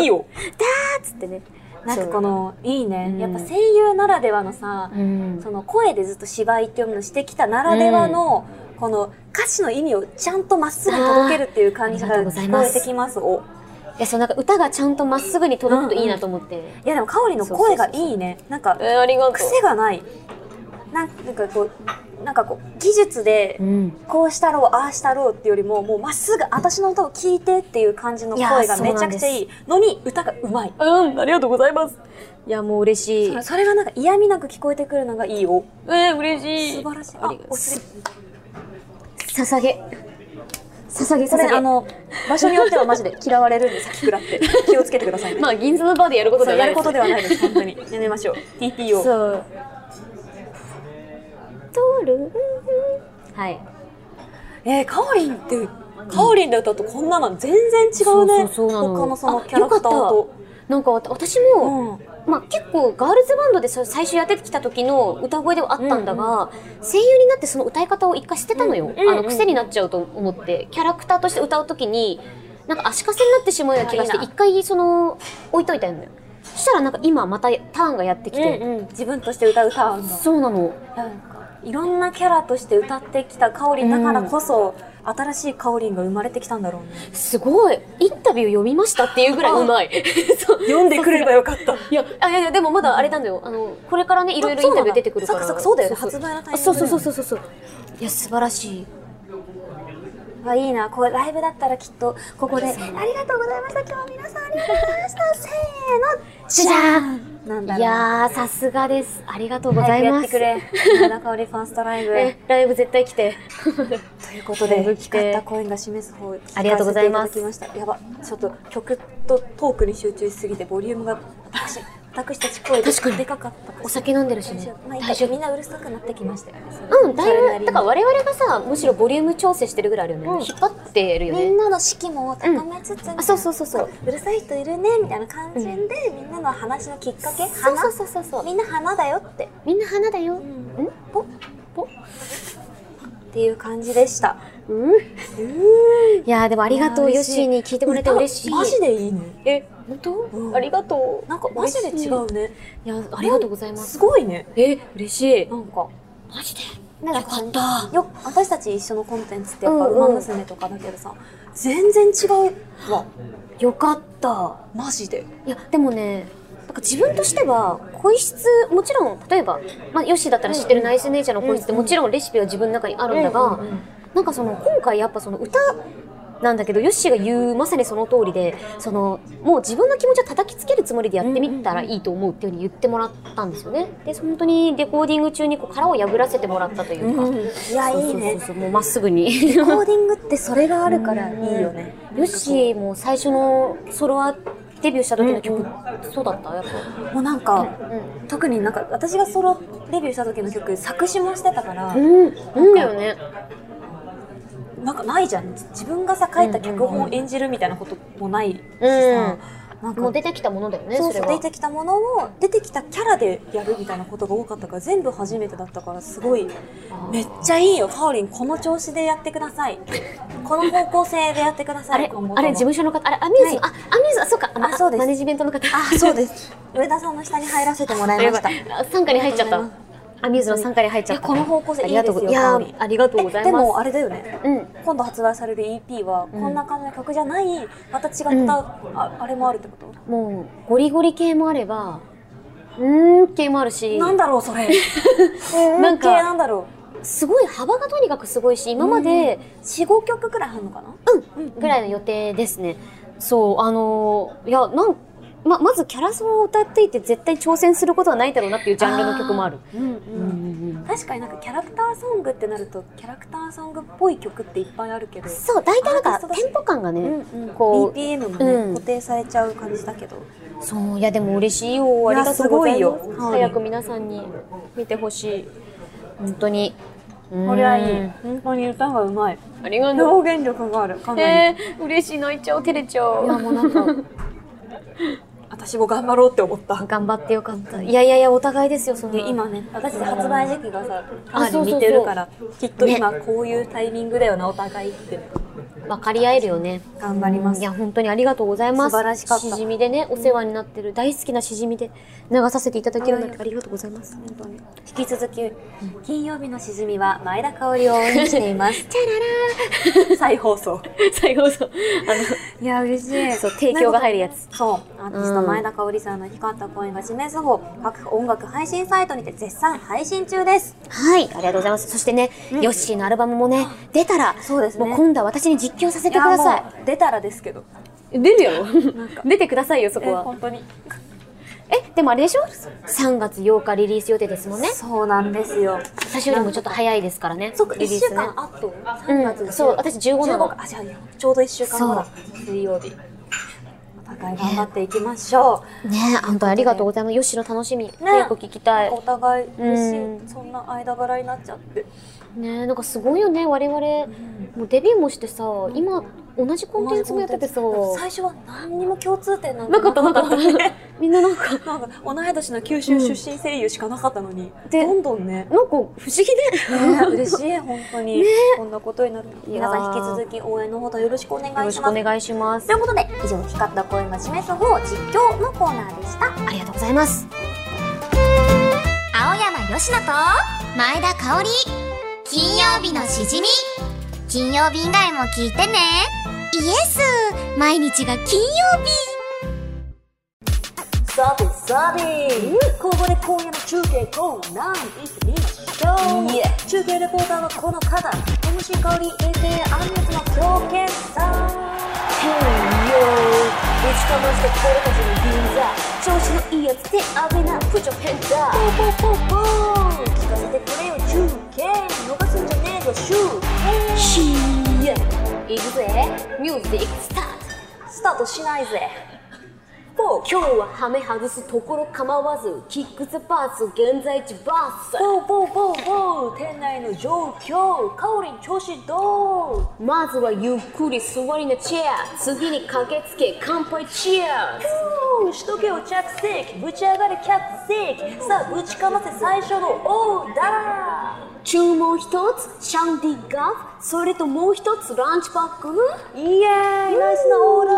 Speaker 1: いいよ。
Speaker 2: っつってね。
Speaker 1: なんかこの、いいね
Speaker 2: う。ん
Speaker 1: やっぱ声優ならではのさ、
Speaker 2: うん
Speaker 1: その声でずっと芝居っていうのをしてきたならではの、この歌詞の意味をちゃんとまっすぐ届けるっていう感じ
Speaker 2: あーあ
Speaker 1: が
Speaker 2: りがとうござい
Speaker 1: 聞
Speaker 2: ま
Speaker 1: こ
Speaker 2: す
Speaker 1: えてきます。お。
Speaker 2: いやそうなんか歌がちゃんとまっすぐに届くといいなと思って。
Speaker 1: いやでも、かおりの声がいいね。なんか、
Speaker 2: ありがと
Speaker 1: 癖がない。なんなんかこう、なんかこう、技術で、
Speaker 2: うん。
Speaker 1: こうしたろうああしたろうっていうよりももうまっすぐ私の歌を聴いてっていう感じの
Speaker 2: い
Speaker 1: 声
Speaker 2: や
Speaker 1: が
Speaker 2: そうなん
Speaker 1: めちゃくちゃいいのに歌がうまい
Speaker 2: うん、ありがとうございます。いやもう嬉しい。
Speaker 1: それがなんか嫌味なく聞こえてくるのがいいよ
Speaker 2: え嬉し
Speaker 1: 素晴らしいあ
Speaker 2: ありがとう
Speaker 1: お尻
Speaker 2: 捧げ。捧げ
Speaker 1: これ
Speaker 2: 捧げ。
Speaker 1: あの場所によってはマジで嫌われるんでさっきくらって気をつけてくださいね
Speaker 2: まあ銀座のバーでやること
Speaker 1: そ
Speaker 2: だ
Speaker 1: う
Speaker 2: よ
Speaker 1: やることではないです本当にやめましょう TP を
Speaker 2: そう。通る。はい。
Speaker 1: えー、かおりんってかおりんで歌うとこんなの全然違うね
Speaker 2: そうそうそうなの
Speaker 1: 他のそのキャラクター
Speaker 2: あよ
Speaker 1: と
Speaker 2: なんかわた私
Speaker 1: う
Speaker 2: も、
Speaker 1: ん
Speaker 2: まあ結構ガールズバンドでさ最初やってきた時の歌声ではあったんだが、声優になってその歌い方を一回捨てたのよ、
Speaker 1: うんうん
Speaker 2: あの癖になっちゃうと思ってキャラクターとして歌う時になんか足かせになってしまうような気がし
Speaker 1: あ
Speaker 2: て
Speaker 1: いいな
Speaker 2: 一回その置いといたのよそしたらなんか今またターンがやってきて、
Speaker 1: うんうん自分として歌う歌うんだ
Speaker 2: そうなの
Speaker 1: なんかいろんなキャラとして歌ってきた香りだからこそ、新しい香りが生まれてきたんだろうね。
Speaker 2: すごいインタビュー読みましたっていうぐらいうまい そう
Speaker 1: 読んでくればよかった。
Speaker 2: いやあいやいやでもまだあれなんだよあのこれからねいろいろインタビュー出てくるから
Speaker 1: あそうなんだそっかそっかそうだよね発売のタ
Speaker 2: う
Speaker 1: イミングだよね
Speaker 2: あそうそうそうそうそうそういや素晴らしい
Speaker 1: あいいな、こうライブだったらきっとここでありがとうございました。今日皆さんありがとうございました。せーの、じゃんなんだろう。
Speaker 2: いやーさすがですありがとうござ
Speaker 1: 早く
Speaker 2: い
Speaker 1: やっ
Speaker 2: ま
Speaker 1: て
Speaker 2: す
Speaker 1: くれ。前田香織ファーストライ ブ。
Speaker 2: えライブ絶対来て
Speaker 1: ということ
Speaker 2: ライブ
Speaker 1: で、
Speaker 2: 来て
Speaker 1: 光った声が示す方、
Speaker 2: ありがとうございます
Speaker 1: 聞かせていただきました。やば、ちょっと曲とトークに集中しすぎて、ボリュームが私、私たち声
Speaker 2: 確かに
Speaker 1: がでかかったから。
Speaker 2: お酒飲んでるし
Speaker 1: 大丈
Speaker 2: ね
Speaker 1: 夫まあいいか
Speaker 2: 大丈夫
Speaker 1: みんなうるさくなってきましたよね。
Speaker 2: うんだ
Speaker 1: それないり
Speaker 2: ぶ
Speaker 1: に
Speaker 2: だから我々がさむしろボリューム調整してるぐらいあるよね、
Speaker 1: うん
Speaker 2: 引っ張ってるよ
Speaker 1: み
Speaker 2: ね
Speaker 1: んなの士気も高めつつ、
Speaker 2: あそうそうそうそう
Speaker 1: うるさい人いるねみたいな感じで、みんなの話のきっかけ
Speaker 2: そう
Speaker 1: 花
Speaker 2: そうそうそうそう
Speaker 1: みんな花だよって、
Speaker 2: みんな花だよ、
Speaker 1: ん、ぽぽっていう感じでした
Speaker 2: うん、いやーでもありがとうヨッ
Speaker 1: 嬉しい
Speaker 2: シーに聞いてもらえて嬉しい
Speaker 1: マジでいいね
Speaker 2: え本当、
Speaker 1: うん
Speaker 2: ありがとう
Speaker 1: なんかマジで違うね
Speaker 2: いやありがとうございます
Speaker 1: すごいね
Speaker 2: え嬉しい
Speaker 1: なんか
Speaker 2: マジで
Speaker 1: なんか
Speaker 2: よかっ
Speaker 1: よ私たち一緒のコンテンツってやっぱ「
Speaker 2: うんうん
Speaker 1: ウマ娘」とかだけどさ全然違うわ
Speaker 2: たよかった
Speaker 1: マジで
Speaker 2: いやでもねなんか自分としては声質もちろん例えば、まあ、ヨッシーだったら知ってるナイスネイチャーの声質ってもちろんレシピは自分の中にあるんだが、なんかその今回やっぱその歌なんだけどヨッシーが言うまさにその通りでそのもう自分の気持ちを叩きつけるつもりでやってみたらいいと思うっていうふうに言ってもらったんですよね。で本当にレコーディング中にこう殻を破らせてもらったというか、
Speaker 1: いや
Speaker 2: そう
Speaker 1: いいね
Speaker 2: そうそうそうもうまっすぐ に。
Speaker 1: レコーディングってそれがあるからいいよね
Speaker 2: ヨッシーも最初のソロアデビューした時の曲、そうだったやっぱ。
Speaker 1: もうなんか、
Speaker 2: う
Speaker 1: 特になんか私がソロデビューした時の曲作詞もしてたから、
Speaker 2: うん、なんだよね。
Speaker 1: なんかないじゃん自分がさ書いた脚本を演じるみたいなこともないしさ、なんか
Speaker 2: もう出てきたものだよね、
Speaker 1: そう
Speaker 2: そ
Speaker 1: そ
Speaker 2: れ
Speaker 1: う
Speaker 2: は。
Speaker 1: 出てきたものを出てきたキャラでやるみたいなことが多かったから全部初めてだったからすごいめっちゃいいよかおりんこの調子でやってくださいこの方向性でやってくださ
Speaker 2: あ
Speaker 1: い
Speaker 2: れ、
Speaker 1: 今後とも
Speaker 2: あれ、事務所の方、あれ、アミューズ、あ、アミューズ、あ、そうか、
Speaker 1: あそうです
Speaker 2: マネジメントの方。
Speaker 1: あそうです上田さんの下に入らせてもらいました
Speaker 2: やばいあ参加に入っちゃった
Speaker 1: ありがとうございま。
Speaker 2: アミューズの参加に入っちゃっ
Speaker 1: い
Speaker 2: た。
Speaker 1: やこの方向性いいですよ
Speaker 2: ありがとうい
Speaker 1: か
Speaker 2: や
Speaker 1: おり、
Speaker 2: ありがとうございます。
Speaker 1: でもあれだよね
Speaker 2: うん、
Speaker 1: 今度発売される EP はこんな感じの曲じゃない、また違った、
Speaker 2: うん
Speaker 1: ああれもあるってこと
Speaker 2: もう、ゴリゴリ系もあれば、うーん系もあるし、
Speaker 1: なんだろう それ
Speaker 2: な
Speaker 1: なんん
Speaker 2: か
Speaker 1: かなんだろ
Speaker 2: すごい幅がとにかくすごいし、今まで、
Speaker 1: う45曲くらいあるのかな
Speaker 2: うん、ぐらいの予定ですね。そう、あのーいや、なん、ま、まずキャラソンを歌っていて絶対挑戦することはないだろうなっていうジャンルの曲もある。
Speaker 1: うん
Speaker 2: うんうんうん
Speaker 1: 確かになんかキャラクターソングってなるとキャラクターソングっぽい曲っていっぱいあるけど、
Speaker 2: そう、大体なん
Speaker 1: アーティス
Speaker 2: か
Speaker 1: トだし
Speaker 2: テンポ感がね、こう
Speaker 1: BPM もね、
Speaker 2: うん
Speaker 1: 固定されちゃう感じだけど
Speaker 2: そう、いやでも嬉しいよ。あ
Speaker 1: いや
Speaker 2: りがとうございます。
Speaker 1: すごいよはい
Speaker 2: 早く皆さんに見てほしい。本当に。
Speaker 1: これはいい
Speaker 2: うん
Speaker 1: 本当に歌がうまい
Speaker 2: ありがとう。
Speaker 1: 表現力があるかなり、
Speaker 2: えー、嬉しい。泣いちゃう。照れちゃ
Speaker 1: いや
Speaker 2: う。
Speaker 1: もうなんか私も頑張ろうって思った
Speaker 2: 頑張ってよかった。いやいやいや、お互いですよ、その。
Speaker 1: で今ね私たち発売時期がさ
Speaker 2: あ
Speaker 1: かなり似てるからきっと今こういうタイミングだよなお互いって
Speaker 2: 分かり合えるよね。
Speaker 1: 頑張ります
Speaker 2: いや、本当にありがとうございます。
Speaker 1: 素晴らしかった
Speaker 2: しじみでね、お世話になってる、大好きなしじみで流させていただけるなんてありがとうございます。
Speaker 1: 本当に引き続き金曜日のしじみは前田香織を応援しています チャララ再放送
Speaker 2: 最後そう。
Speaker 1: いや嬉しい
Speaker 2: そう提供が入るやつ
Speaker 1: そうアーティスト前田香織さんの光った声が示す方各音楽配信サイトにて絶賛配信中です
Speaker 2: はい、ありがとうございます。そしてね、ヨッシーのアルバムもね、出たら、
Speaker 1: そうですね
Speaker 2: もう今度は私に実況させてください。
Speaker 1: いやもう出たらですけど
Speaker 2: 出るよ
Speaker 1: か
Speaker 2: 出てくださいよそ
Speaker 1: え
Speaker 2: こは
Speaker 1: 本当に
Speaker 2: えでもあれでしょ3月8日リリース予定ですもんね
Speaker 1: そうなんですよ
Speaker 2: 私よりもちょっと早いですからね
Speaker 1: そうか
Speaker 2: リ
Speaker 1: 1
Speaker 2: リー
Speaker 1: 週
Speaker 2: スね
Speaker 1: 間あと3月、
Speaker 2: うん、そう私15な
Speaker 1: 15
Speaker 2: の
Speaker 1: かあじゃあちょうど1週間後だ水曜日お互い頑張っていきましょ
Speaker 2: ねえあんたありがとうございますよしの楽しみ早く聞き
Speaker 1: う、
Speaker 2: たい
Speaker 1: お互い嬉しい、
Speaker 2: うん
Speaker 1: そんな間柄になっちゃって
Speaker 2: ねえなんかすごいよね我々もうデビューもしてさ今同じコンテンツもやっててさ
Speaker 1: 最初は何にも共通点なんて
Speaker 2: なかったなかった みんななんか
Speaker 1: なんか同い年の九州出身声優しかなかったのに、
Speaker 2: で
Speaker 1: どんどんね
Speaker 2: なんか不思議で、
Speaker 1: ね嬉しい本当に、こんなことになる
Speaker 2: いや
Speaker 1: 皆
Speaker 2: ー
Speaker 1: さん引き続き応援のほどよろしくお願いし
Speaker 2: よろ
Speaker 1: ま
Speaker 2: し
Speaker 1: す
Speaker 2: くお願いします
Speaker 1: ということで以上光った声が示す方実況のコーナーでした
Speaker 2: ありがとうございます
Speaker 5: 青山よしと前田香織金曜日のしじみ金曜日以外も聞いてねイエス毎日が金曜日
Speaker 1: さてさて、ここで今夜の中継コーナーに行ってみましょう、中継レポーターはこの方 MC 香り AKA アンミスの狂犬さんへいよぶちかましてこれたちの銀座調子のいいやつ手あげなプチョ変だポーポーポーポー聞かせてくれよ中継逃すんじゃねえぞシューシー行くぜミュージックスタートスタートしないぜ
Speaker 2: 今日はハメ外すところ構わずキックザバース現在地バース
Speaker 1: ボーボーボーボー店内の状況カオリン調子ど
Speaker 2: まずはゆっくり座りなチェア次に駆けつけ乾杯チェア
Speaker 1: ううーしとけよ着席ぶち上がれキャッツ席さあぶちかませ最初のオーダ
Speaker 2: 注文一つシャンディガフそれともう一つランチパック
Speaker 1: ーイエーイナイスなオーダ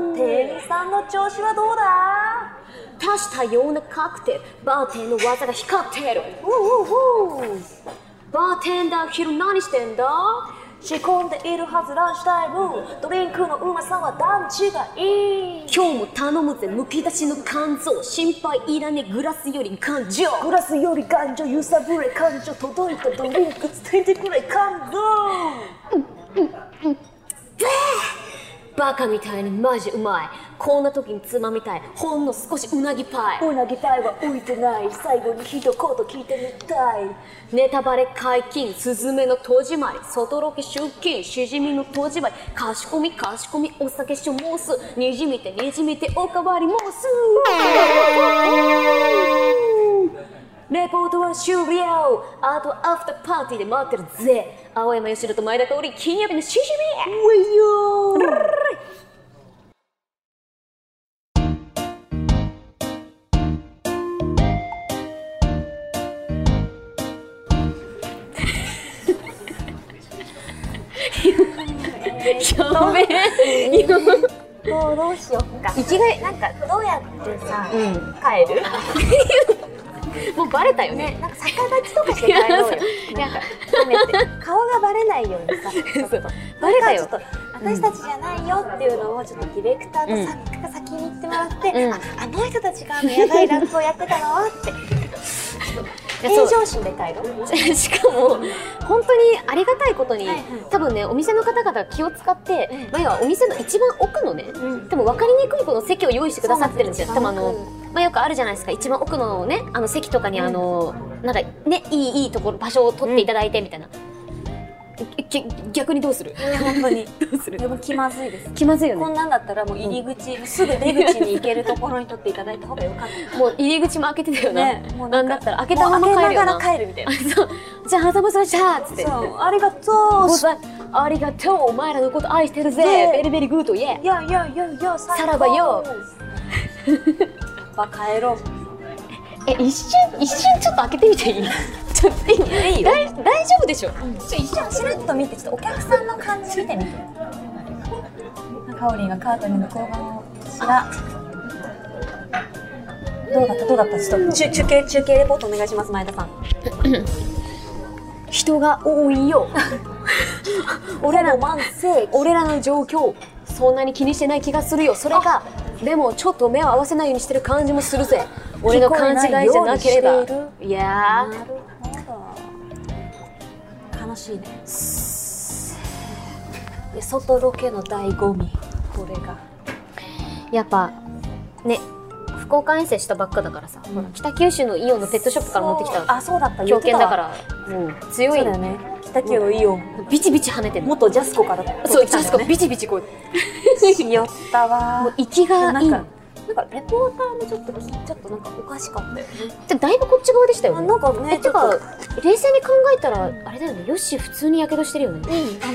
Speaker 1: ー店員さんの調子はどうだ
Speaker 2: 多種多様なカクテルバーテンの技が光ってる
Speaker 1: ううう
Speaker 2: バーテンダー昼何してんだ
Speaker 1: 仕込んでいるはずランチタイムドリンクのうまさは段違い
Speaker 2: 今日も頼むぜむき出しの肝臓心配いらねえグラスより感情
Speaker 1: グラスより感情揺さぶれ感情届いたドリンク伝えてくれ感動
Speaker 2: バカみたいにマジうまいこんな時につまみたいほんの少しうなぎパイ
Speaker 1: うなぎたいは浮いてない最後に一言聞いてみたい
Speaker 2: ネタバレ解禁スズメの戸締まり外ロケ出勤しじみの戸締まりかしこみかしこみお酒しょもうすにじみてにじみておかわりもうすレポートは終了あとはアフターパーティーで待ってるぜ青山よしと前田香織金曜日のしじみ やべ え
Speaker 7: どうどうしよっか
Speaker 2: 生きがい
Speaker 7: なんかどうやってさ、
Speaker 2: ん
Speaker 7: 帰る
Speaker 2: もうバレたよね
Speaker 7: ねなんか逆立ちとかして帰ろうよ
Speaker 2: い
Speaker 7: なんかせめて顔がバレないよう にさちょっと
Speaker 2: バレたよ
Speaker 7: なんかちょっと私たちじゃないよっていうのをちょっとディレクターと作家が先に言ってもらって、
Speaker 2: うん
Speaker 7: ああの人たちがあのやばいラップをやってたのはって
Speaker 2: や
Speaker 7: 平常心で帰ろう
Speaker 2: しかも本当にありがたいことに、
Speaker 7: はいはい
Speaker 2: 多分ねお店の方々が気を使って、まあ要はお店の一番奥のね、多分分かりにくいこの席を用意してくださってるんですよ
Speaker 7: そう
Speaker 2: 多分
Speaker 7: な
Speaker 2: あ
Speaker 7: んですよ
Speaker 2: の、まあ、よくあるじゃないですか一番奥のねあの席とかにあの、なんかねいいいいところ場所を取っていただいてみたいな、ぎ逆にどうする
Speaker 1: 本当に
Speaker 2: どうする
Speaker 1: でも気まずい です
Speaker 2: 気まずいよ
Speaker 1: こん
Speaker 2: ね
Speaker 1: なんだったらもう入り口、すぐ出口に行けるところに取っていただいた方がよかった
Speaker 2: もう入り口も開けてたよな、
Speaker 1: ねもうな
Speaker 2: な
Speaker 1: んん
Speaker 2: だ
Speaker 1: か
Speaker 2: ったら開けたまま
Speaker 1: もう
Speaker 2: 帰
Speaker 1: 開
Speaker 2: るよ
Speaker 1: け
Speaker 2: な
Speaker 1: ながら帰るみたいな
Speaker 2: そうじゃあ挟むそれじゃあっつって
Speaker 1: そうありがと
Speaker 2: ご
Speaker 1: う
Speaker 2: ざいありがとうお前らのこと愛してるぜ
Speaker 1: ね
Speaker 2: ベリベリグーとイエ
Speaker 1: いやいやいやいや
Speaker 2: さらばよ
Speaker 1: バカ野郎
Speaker 2: え一瞬一瞬ちょっと開けてみていい ちょっといい
Speaker 1: いいよ
Speaker 2: 大大丈夫でしょ、ちょ一瞬
Speaker 1: ちらっと見てちょっとお客さんの感じ見てみてカオリンがカートの向こう側をちらどうだったどうだったちょっと中中継中継レポートお願いします前田さん
Speaker 2: 人が多いよ俺ら満世俺らの状況そんなに気にしてない気がするよそれがでもちょっと目を合わせないようにしてる感じもするぜ俺の勘違いじゃなけ
Speaker 1: 聞こえ
Speaker 2: れば
Speaker 1: ないようにし
Speaker 2: いや
Speaker 1: なるほど楽しいねで外ロケの醍醐味これが
Speaker 2: ーやっぱね福岡遠征したばっかだからさ、ほら北九州のイオンのペットショップから持ってき
Speaker 1: そう
Speaker 2: た
Speaker 1: あそうだった
Speaker 2: 狂犬だかららもう強い
Speaker 1: そうだよね北九のイオン
Speaker 2: ビチビチ跳ねてるの
Speaker 1: 元ジャスコから取ってきたんだ
Speaker 2: そう
Speaker 1: よね
Speaker 2: ジャスコビチビチこう
Speaker 1: やったわ
Speaker 2: もう息が
Speaker 1: ないん
Speaker 2: い
Speaker 1: か、なんかレポーターもちょっとき、ちょっとなんかおかしかったよね。
Speaker 2: でだいぶこっち側でしたよ
Speaker 1: あ
Speaker 2: ね
Speaker 1: なんか
Speaker 2: え
Speaker 1: ね、
Speaker 2: て
Speaker 1: ちょっ
Speaker 2: か
Speaker 1: と、
Speaker 2: 冷静に考えたらあれだよねヨッシー普通にやけどしてるよね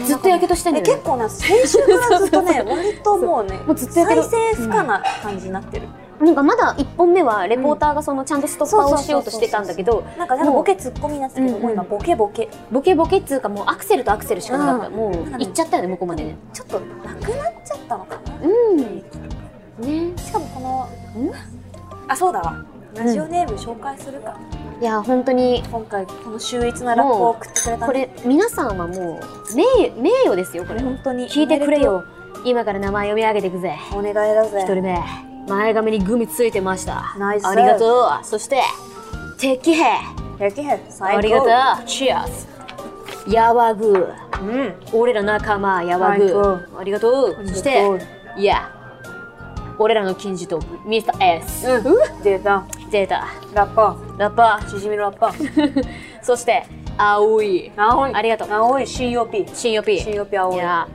Speaker 2: ずっとやけどしてんだ
Speaker 1: え
Speaker 2: よね
Speaker 1: 結構な先週からずっとね、割ともうね、
Speaker 2: もうずっとやけど
Speaker 1: 再生不可な感じになってる。
Speaker 2: なんかまだ1本目はレポーターがそのちゃんとストッパーをしようとしてたんだけど
Speaker 1: なんかなんかボケツッコミになってたけど、
Speaker 2: うん
Speaker 1: もう今ボケボケ。
Speaker 2: ボケボケっつうかもうアクセルとアクセルしかなかった
Speaker 1: う
Speaker 2: もう行っちゃったよね向こうまでね
Speaker 1: ちょっとなくなっちゃったのかな。
Speaker 2: うんね
Speaker 1: しかもこの、あ、そうだわ。ラジオネーム紹介するか。
Speaker 2: いや本当に
Speaker 1: 今回この秀逸なラップを送ってくれた
Speaker 2: これ皆さんはもう名名誉ですよこれ
Speaker 1: 本当に
Speaker 2: 聞いてくれよ今から名前読み上げていくぜ
Speaker 1: お願いだぜ
Speaker 2: 一人目前髪にグミついてました
Speaker 1: ナイス
Speaker 2: ありがとうそして敵兵
Speaker 1: 平気編最高
Speaker 2: ありがとうチアーズやわぐー
Speaker 1: うん
Speaker 2: 俺ら仲間やわぐ
Speaker 1: は
Speaker 2: ーありがとうそして
Speaker 1: ありが
Speaker 2: いや俺らの金字塔ミスター S
Speaker 1: 出た
Speaker 2: ゼータ
Speaker 1: ラッパー
Speaker 2: ラッパ
Speaker 1: しじみラッパー
Speaker 2: ーそして青い
Speaker 1: 青い
Speaker 2: ありがとう
Speaker 1: 青い COP
Speaker 2: 新予備
Speaker 1: COP 青い
Speaker 2: いや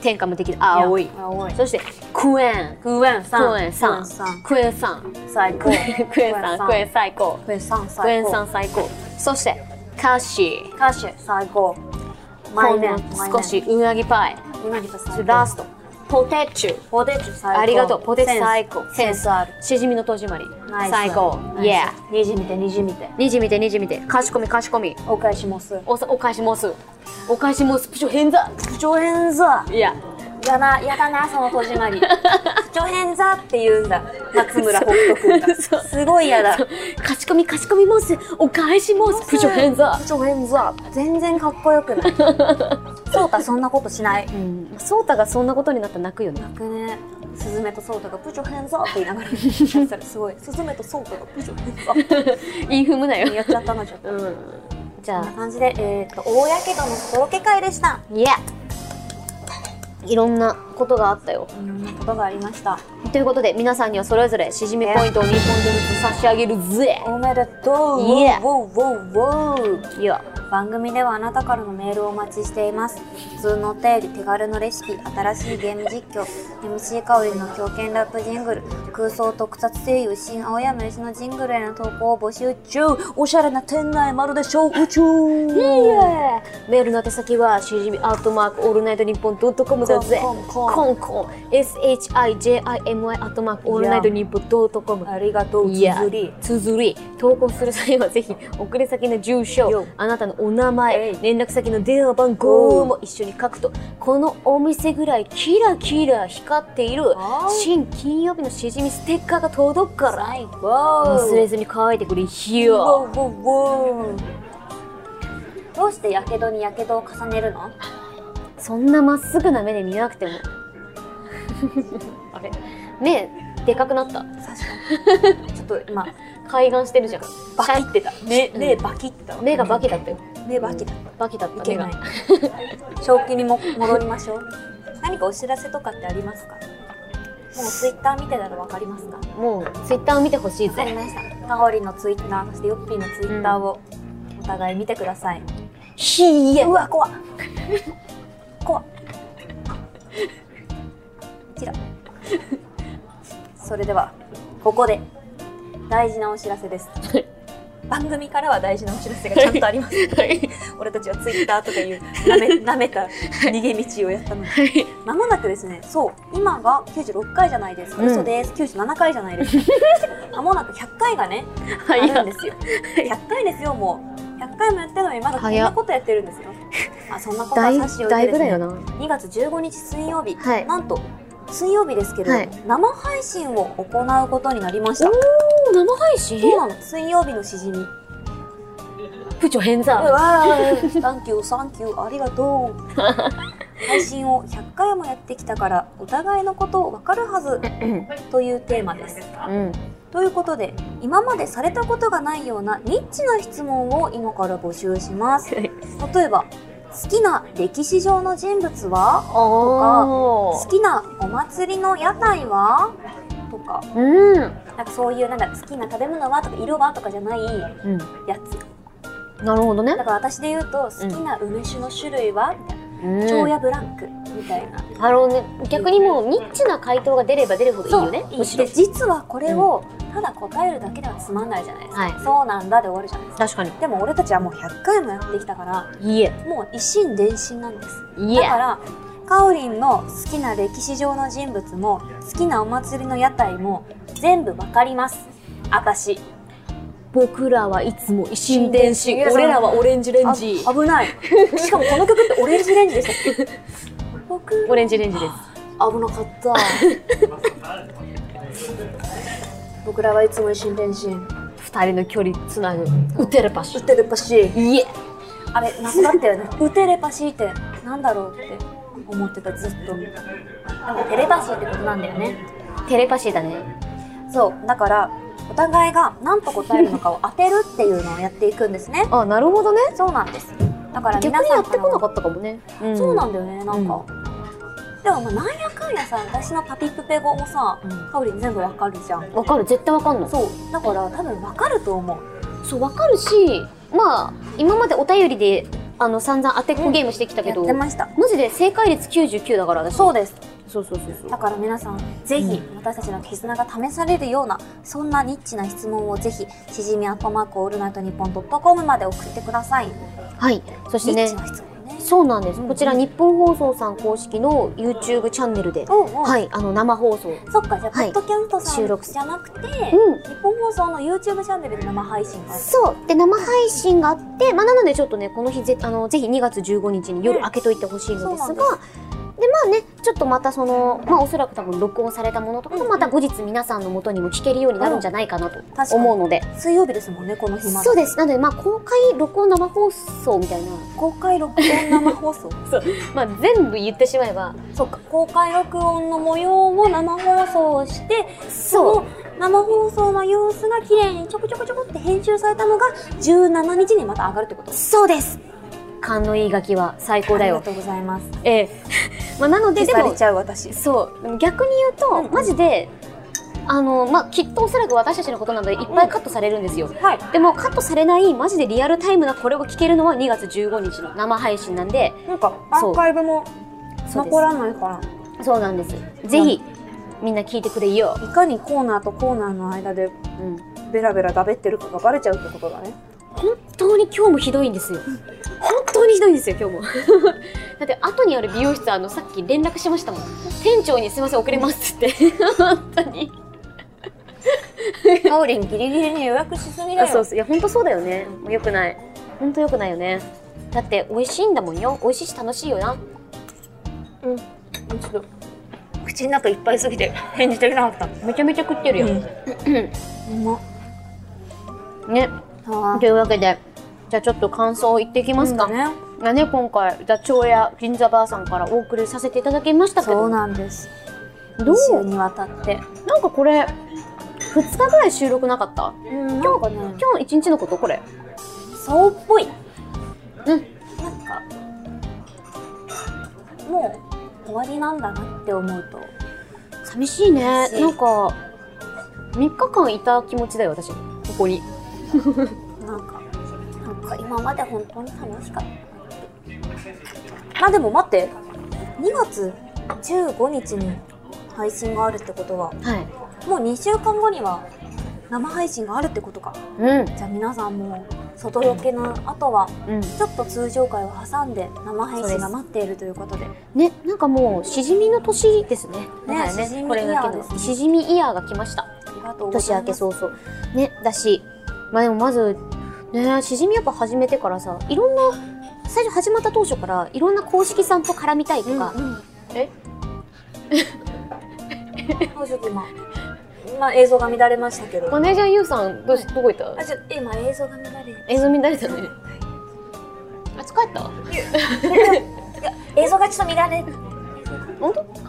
Speaker 2: 天下無敵だ青い
Speaker 1: 青い
Speaker 2: そしてクエン
Speaker 1: クエンさん
Speaker 2: クエンさ
Speaker 1: クエンさん
Speaker 2: んクエンさん
Speaker 1: 最高
Speaker 2: クエンさんクエン最高
Speaker 1: クエンさん最高
Speaker 2: クエンさん最高そしてカッシー
Speaker 1: 歌手最高マ
Speaker 2: こ
Speaker 1: イ
Speaker 2: ん
Speaker 1: ネ
Speaker 2: な少しうなぎパイ
Speaker 1: 今来た最高
Speaker 2: ラストポテチュ
Speaker 1: ポテチ最高
Speaker 2: ありがとうポテチ最高
Speaker 1: センスセンスある
Speaker 2: しじみの戸締まり
Speaker 1: ナイス
Speaker 2: 最高
Speaker 1: ナイス
Speaker 2: イエー
Speaker 1: にじみてにじみて
Speaker 2: にじみてにじみて賢み賢み
Speaker 1: お返しもす
Speaker 2: おさお返しもすお返しもすプショヘンザ
Speaker 1: 不調変座
Speaker 2: い や
Speaker 1: やなやだなその戸締 まり不調変座って言うんだ松村北斗君
Speaker 2: そう
Speaker 1: がすごいやだ
Speaker 2: 賢み賢みもすお返しもすプショヘンザ
Speaker 1: 不調変座全然かっこよくないそうたそんなことしない
Speaker 2: うん、ソータがそんなことになったら泣くよね。
Speaker 1: くねスズメとソウタが「プチョ変座」って言いな がらやってたらすごいスズメとソウタが「プチョ変座」
Speaker 2: インフムだよ。
Speaker 1: やっちゃったなちょっと
Speaker 2: うん。じ
Speaker 1: こ
Speaker 2: ゃ
Speaker 1: んな
Speaker 2: あ、
Speaker 1: 感じで、えっと大やけどのそろけ会でした
Speaker 2: いや。いろんなことがあったよ。
Speaker 1: いろんなことがありました
Speaker 2: ということで、皆さんにはそれぞれしじみポイントを2本ずつ差し上げるぜ。
Speaker 1: おめでとう、
Speaker 2: Yeah
Speaker 1: ウォーウォーウォーウォー
Speaker 2: いや。
Speaker 1: 番組ではあなたからのメールをお待ちしています普通のお便り手軽のレシピ新しいゲーム実況 MC 香りの狂犬ラップジングル空想特撮声優新青山由のジングルへの投稿を募集中おしゃれな店内まるで小宇宙
Speaker 2: メールの宛先はしじみアートマークオールナイトニッポンドットコムだぜ。
Speaker 1: コンコン
Speaker 2: コンコン。SHIJIMI アットマークオールナイトニッポンドットコム。
Speaker 1: ありがとう
Speaker 2: いや
Speaker 1: ずり
Speaker 2: つづり投稿する際はぜひ送り先の住所
Speaker 1: よ
Speaker 2: あなたのお名
Speaker 1: え
Speaker 2: 前
Speaker 1: い
Speaker 2: 連絡先の電話番号も一緒に書くとこのお店ぐらいキラキラ光っている
Speaker 1: あー
Speaker 2: 新金曜日のしじみステッカーが届くから
Speaker 1: 最高
Speaker 2: 忘れずに乾いてくれ
Speaker 1: ウォ
Speaker 2: よ
Speaker 1: ーウォーウォーどうしてやけどにやけどを重ねるの
Speaker 2: そんなまっすぐな目で見な くてもあれ目でかくなった
Speaker 1: ちょっと今
Speaker 2: 開眼してるじゃん
Speaker 1: バキってた目
Speaker 2: うん
Speaker 1: 目バキってた
Speaker 2: 目がバキだったよ
Speaker 1: 目バキだ
Speaker 2: バキだっ
Speaker 1: い
Speaker 2: た
Speaker 1: け
Speaker 2: 目
Speaker 1: ない
Speaker 2: が
Speaker 1: 正気にも戻りましょう何かお知らせとかってありますかもうツイッター見てたらわかりますかわ
Speaker 2: もうツイッターを見てほしい
Speaker 1: かり
Speaker 2: ぜ
Speaker 1: ましたかおりのツイッターそしてよっぴーのツイッターをお互い見てください、
Speaker 2: ひー
Speaker 1: うわ怖っ怖っこちらそれではここで大事なお知らせです番組からは大事なお知らせがちゃんとあります
Speaker 2: はい
Speaker 1: 俺たちはツイッターとかいうなめ舐めた逃げ道をやったので
Speaker 2: い
Speaker 1: まもなくですねそう今が96回じゃないですか
Speaker 2: うん
Speaker 1: 嘘です、97回じゃない ですかまもなく100回がねあ
Speaker 2: 早っ
Speaker 1: るんですよ100回ですよもう100回もやってるのにまだこん
Speaker 2: 早
Speaker 1: な
Speaker 2: っ
Speaker 1: ことやってるんですよあそんなこと
Speaker 2: だ
Speaker 1: はい差し置い
Speaker 2: だ
Speaker 1: て
Speaker 2: い
Speaker 1: で
Speaker 2: ぶ
Speaker 1: す
Speaker 2: だよ
Speaker 1: ね
Speaker 2: な。
Speaker 1: 2月15日水曜日、
Speaker 2: はい
Speaker 1: なんと水曜日ですけれど、
Speaker 2: はい
Speaker 1: 生配信を行うことになりました
Speaker 2: 生配信
Speaker 1: そうなの水曜日のしじみ
Speaker 2: プチョ変
Speaker 1: う
Speaker 2: 座。
Speaker 1: わ ー、サンキュー、サンキュー、ありがと う。配信を100回もやってきたから、お互いのことをわかるはず
Speaker 2: うん。
Speaker 1: というテーマです。
Speaker 2: うん。
Speaker 1: ということで、今までされたことがないようなニッチな質問を今から募集します。例えば、好きな歴史上の人物は
Speaker 2: お
Speaker 1: 好きなお祭りの屋台はとか、
Speaker 2: うん。
Speaker 1: なんかそういうなんだ、好きな食べ物はとか、色はとかじゃないや
Speaker 2: うん。
Speaker 1: つ。
Speaker 2: なるほどね
Speaker 1: だ。から私で言うと、好きな梅酒の種類はみたいな。
Speaker 2: うん
Speaker 1: 蝶やブラックみたいな。
Speaker 2: なるほどね。逆にもうニッチな回答が出れば出るほどいいよね。むしろ
Speaker 1: で。実はこれをただ答えるだけではつまんないじゃないですか。
Speaker 2: はい
Speaker 1: そうなんだで終わるじゃないですか。
Speaker 2: 確かに。
Speaker 1: でも俺たちはもう100回もやってきたから
Speaker 2: いえ。
Speaker 1: もう一心伝心なんです。
Speaker 2: い
Speaker 1: だ
Speaker 2: え。
Speaker 1: からかおりんの好きな歴史上の人物も好きなお祭りの屋台も全部わかります。あたし。
Speaker 2: 僕らはいつも一心伝
Speaker 1: い
Speaker 2: 心。
Speaker 1: や
Speaker 2: 俺らはオレンジレン
Speaker 1: あ
Speaker 2: ジ。
Speaker 1: 危ない。しかもこの曲ってオレンジレンジでしたっけ。僕
Speaker 2: オレンジレンジです。
Speaker 1: 危なか った。僕らはいつも一心伝心。
Speaker 2: 二人の距離つなぐウテレパシ
Speaker 1: ウ
Speaker 2: ー
Speaker 1: テレパシー
Speaker 2: いえ
Speaker 1: あれなくなったよねウテレパシーってなんだろうって思ってたずっとでもテレパシーってことなんだよね
Speaker 2: テレパシーだね
Speaker 1: そうだからお互いが何と答えるのかを当てるっていうのをやっていくんですね
Speaker 2: あなるほどね
Speaker 1: そうなんですだから
Speaker 2: 逆
Speaker 1: 皆
Speaker 2: に
Speaker 1: さ
Speaker 2: や
Speaker 1: ん
Speaker 2: ってこなか
Speaker 1: ら
Speaker 2: ったかもね、
Speaker 1: もそうなん
Speaker 2: だ
Speaker 1: だよねなんか、でもまあなんやかんやさ私のパピプペ語もさ、
Speaker 2: うん
Speaker 1: カオリン全部わかるじゃん
Speaker 2: わかる絶対わかんの
Speaker 1: そうだから多分わかると思う
Speaker 2: そうわかるしまあ今までお便りであの散々当てっこゲームしてきたけ
Speaker 1: や
Speaker 2: ど、
Speaker 1: ってました
Speaker 2: マジで正解率99だから私
Speaker 1: そうです
Speaker 2: そうそうそうそう
Speaker 1: だから皆さんぜひ私たちの絆が試されるようなそんなニッチな質問をぜひしじみアットマークオールナイトニッポンドットコムまで送ってください、
Speaker 2: はいそして
Speaker 1: ニッ
Speaker 2: ね
Speaker 1: チな質問ね
Speaker 2: そうなんです、こちら日本放送さん公式の YouTube チャンネルで、
Speaker 1: おうおう
Speaker 2: はいあの生放送
Speaker 1: そっかじゃあ、
Speaker 2: はい
Speaker 1: ポッドキャストさん
Speaker 2: 収録
Speaker 1: じゃなくて、
Speaker 2: うん
Speaker 1: 日本放送の YouTube チャンネルで生配信がある
Speaker 2: そうで生配信があって、まあ、なのでちょっとねこの日ぜあのぜひ2月15日に夜明けといてほしいのですが、
Speaker 1: うんそ
Speaker 2: で
Speaker 1: うな
Speaker 2: まあねちょっとまたその、まあ、おそらく多分録音されたものとかもまた後日皆さんの元にも聞けるようになるんじゃないかなと
Speaker 1: かに
Speaker 2: 思うので、
Speaker 1: 水曜日ですもんねこの日まで
Speaker 2: そうですなのでまあ公開録音生放送みたいな、
Speaker 1: 公開録音生放 送
Speaker 2: まあ、全部言ってしまえば
Speaker 1: そうか公開録音の模様を生放送して
Speaker 2: そう
Speaker 1: 生放送の様子が綺麗にちょこちょこちょこって編集されたのが17日にまた上がるってこと
Speaker 2: そうです勘のいいガキは最高だ
Speaker 1: あ
Speaker 2: よ
Speaker 1: りがとうございます
Speaker 2: え えまあなのでで
Speaker 1: 消さ
Speaker 2: も
Speaker 1: れちゃう私
Speaker 2: そう逆に言うと、マジであの、まあ、きっとおそらく私たちのことなのでいっぱいカットされるんですよ、
Speaker 1: はい
Speaker 2: でもカットされないマジでリアルタイムなこれを聞けるのは2月15日の生配信なんで
Speaker 1: なんかアーカイブも
Speaker 2: そうです
Speaker 1: 残らないから
Speaker 2: そうなんですぜひみんな聞いてくれよ、
Speaker 1: いかにコーナーとコーナーの間で
Speaker 2: うん、
Speaker 1: ベラベラだべってるかがバレちゃうってことだね
Speaker 2: 本当に今日もひどいんですよ本当にひどいんですよ今日も だって後にある美容室あのさっき連絡しましたもん店長にすいません遅れますって 本当に
Speaker 1: カオリンギリギリに予約しすぎだ
Speaker 2: あそう
Speaker 1: よ
Speaker 2: そういや本当そうだよねもう良くない本当良くないよねだって美味しいんだもんよ美味しいし楽しいよな
Speaker 1: 口の中いっぱいすぎて返事できなかっ
Speaker 2: めちゃめちゃ食ってるよ、
Speaker 1: たうま
Speaker 2: ね
Speaker 1: は
Speaker 2: というわけでじゃあちょっと感想を言っていきますか、
Speaker 1: ね
Speaker 2: がね今回ダチョウや銀座ばあさんからお送りさせていただきましたけ
Speaker 1: そ
Speaker 2: ど
Speaker 1: うなんです
Speaker 2: どう
Speaker 1: 2週にわたって
Speaker 2: なんかこれ2日ぐらい収録なかった
Speaker 1: うんなんかね
Speaker 2: 今日一日のことこれ
Speaker 1: そうっぽい
Speaker 2: うん
Speaker 1: なんかもう終わりなんだなって思うと
Speaker 2: 寂しいね
Speaker 1: 寂しい
Speaker 2: なんか3日間いた気持ちだよ私ここに
Speaker 1: なんかなんか今まで本当に楽しかったまあでも待って2月15日に配信があるってことは
Speaker 2: はい
Speaker 1: もう2週間後には生配信があるってことか
Speaker 2: うん
Speaker 1: じゃあ皆さんも外ロケの後は
Speaker 2: うん
Speaker 1: ちょっと通常回を挟んで生配信が待っているということで
Speaker 2: ね、なんかもうしじみの年ですね。
Speaker 1: ね
Speaker 2: だから
Speaker 1: しじみ
Speaker 2: これだけ
Speaker 1: イヤー
Speaker 2: の
Speaker 1: ですね
Speaker 2: しじみイヤーが来ました。
Speaker 1: ありがとうご
Speaker 2: 年
Speaker 1: ざい
Speaker 2: 明
Speaker 1: ま
Speaker 2: け
Speaker 1: す
Speaker 2: 早々ね、だし、まあでもまずね、しじみやっぱ始めてからさ、いろんな最初始まった当初からいろんな公式さんと絡みたいとか、
Speaker 1: うんうん、
Speaker 2: え
Speaker 1: 正直今まあ映像が乱れましたけど
Speaker 2: マネージャーゆうさんどうしどこ行っ
Speaker 1: あ
Speaker 2: た？
Speaker 1: ちょ今映像が乱れ
Speaker 2: 映像見られたのに。あ、疲れた？
Speaker 1: 映像がちょっと乱れ
Speaker 2: 本当？帰っ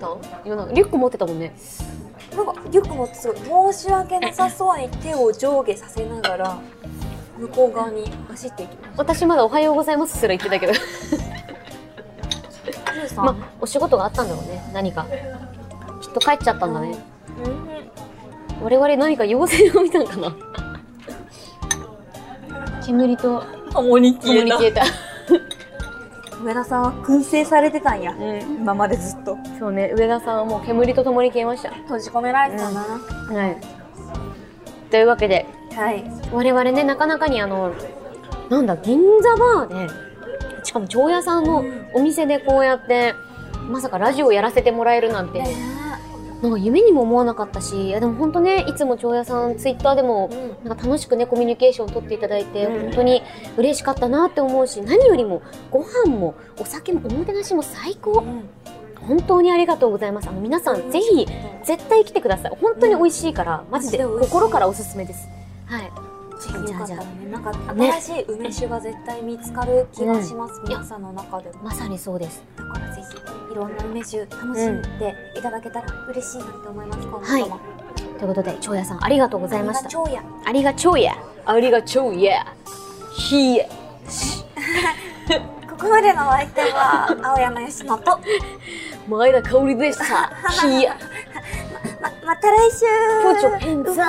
Speaker 2: た？今なんかリュック持ってたもんね。
Speaker 1: なんかリュックもすごい申し訳なさそうに手を上下させながら向こう側に走っていきま
Speaker 2: 私まだおはようございますすら言ってたけど、
Speaker 1: す。ゆうさん、
Speaker 2: まあお仕事があったんだろうね。何か。きっと帰っちゃったんだね。
Speaker 1: う
Speaker 2: 我々何か妖精を見たんかな煙と
Speaker 1: ん、共に
Speaker 2: 共に消えた
Speaker 1: 上田さんは燻製されてたんや。
Speaker 2: うん
Speaker 1: 今までずっと
Speaker 2: そうね上田さんはもう煙と共に消えました
Speaker 1: 閉じ込められてたんだな。
Speaker 2: はいというわけで
Speaker 1: はい。
Speaker 2: 我々ねなかなかにあのなんだ銀座バーでしかも長屋さんのお店でこうやってまさかラジオをやらせてもらえるなんてなんか夢にも思わなかったしいやでも本当ねいつも長屋さんツイッターでも
Speaker 1: う
Speaker 2: なんか楽しくねコミュニケーションを取っていただいて、本当に嬉しかったなって思うし何よりもご飯もお酒もおもてなしも最高
Speaker 1: ん、うん、
Speaker 2: 本当にありがとうございますあの皆さんぜひ絶対来てください本当に美味しいから、マジで
Speaker 1: マジで美味しい
Speaker 2: 心からおすすめですはい。
Speaker 1: ぜひよかったらね、なんか
Speaker 2: ね
Speaker 1: 新しい梅酒が絶対見つかる気がします、
Speaker 2: ん
Speaker 1: 皆さんの中でも。
Speaker 2: まさにそうです。
Speaker 1: だからぜひ、いろんな梅酒楽しんでいただけたら嬉しいなって思います、今
Speaker 2: はい
Speaker 1: 後とも。
Speaker 2: ということで、蝶屋さんありがとうございました。
Speaker 1: 長也、
Speaker 2: ありがちょうや。ありがちょうや。ひえ。
Speaker 1: ここまでのお相手は、青山佳乃 と、
Speaker 2: 前田香織で した。ひえ。
Speaker 1: ま、また来週
Speaker 2: プーチョ変座。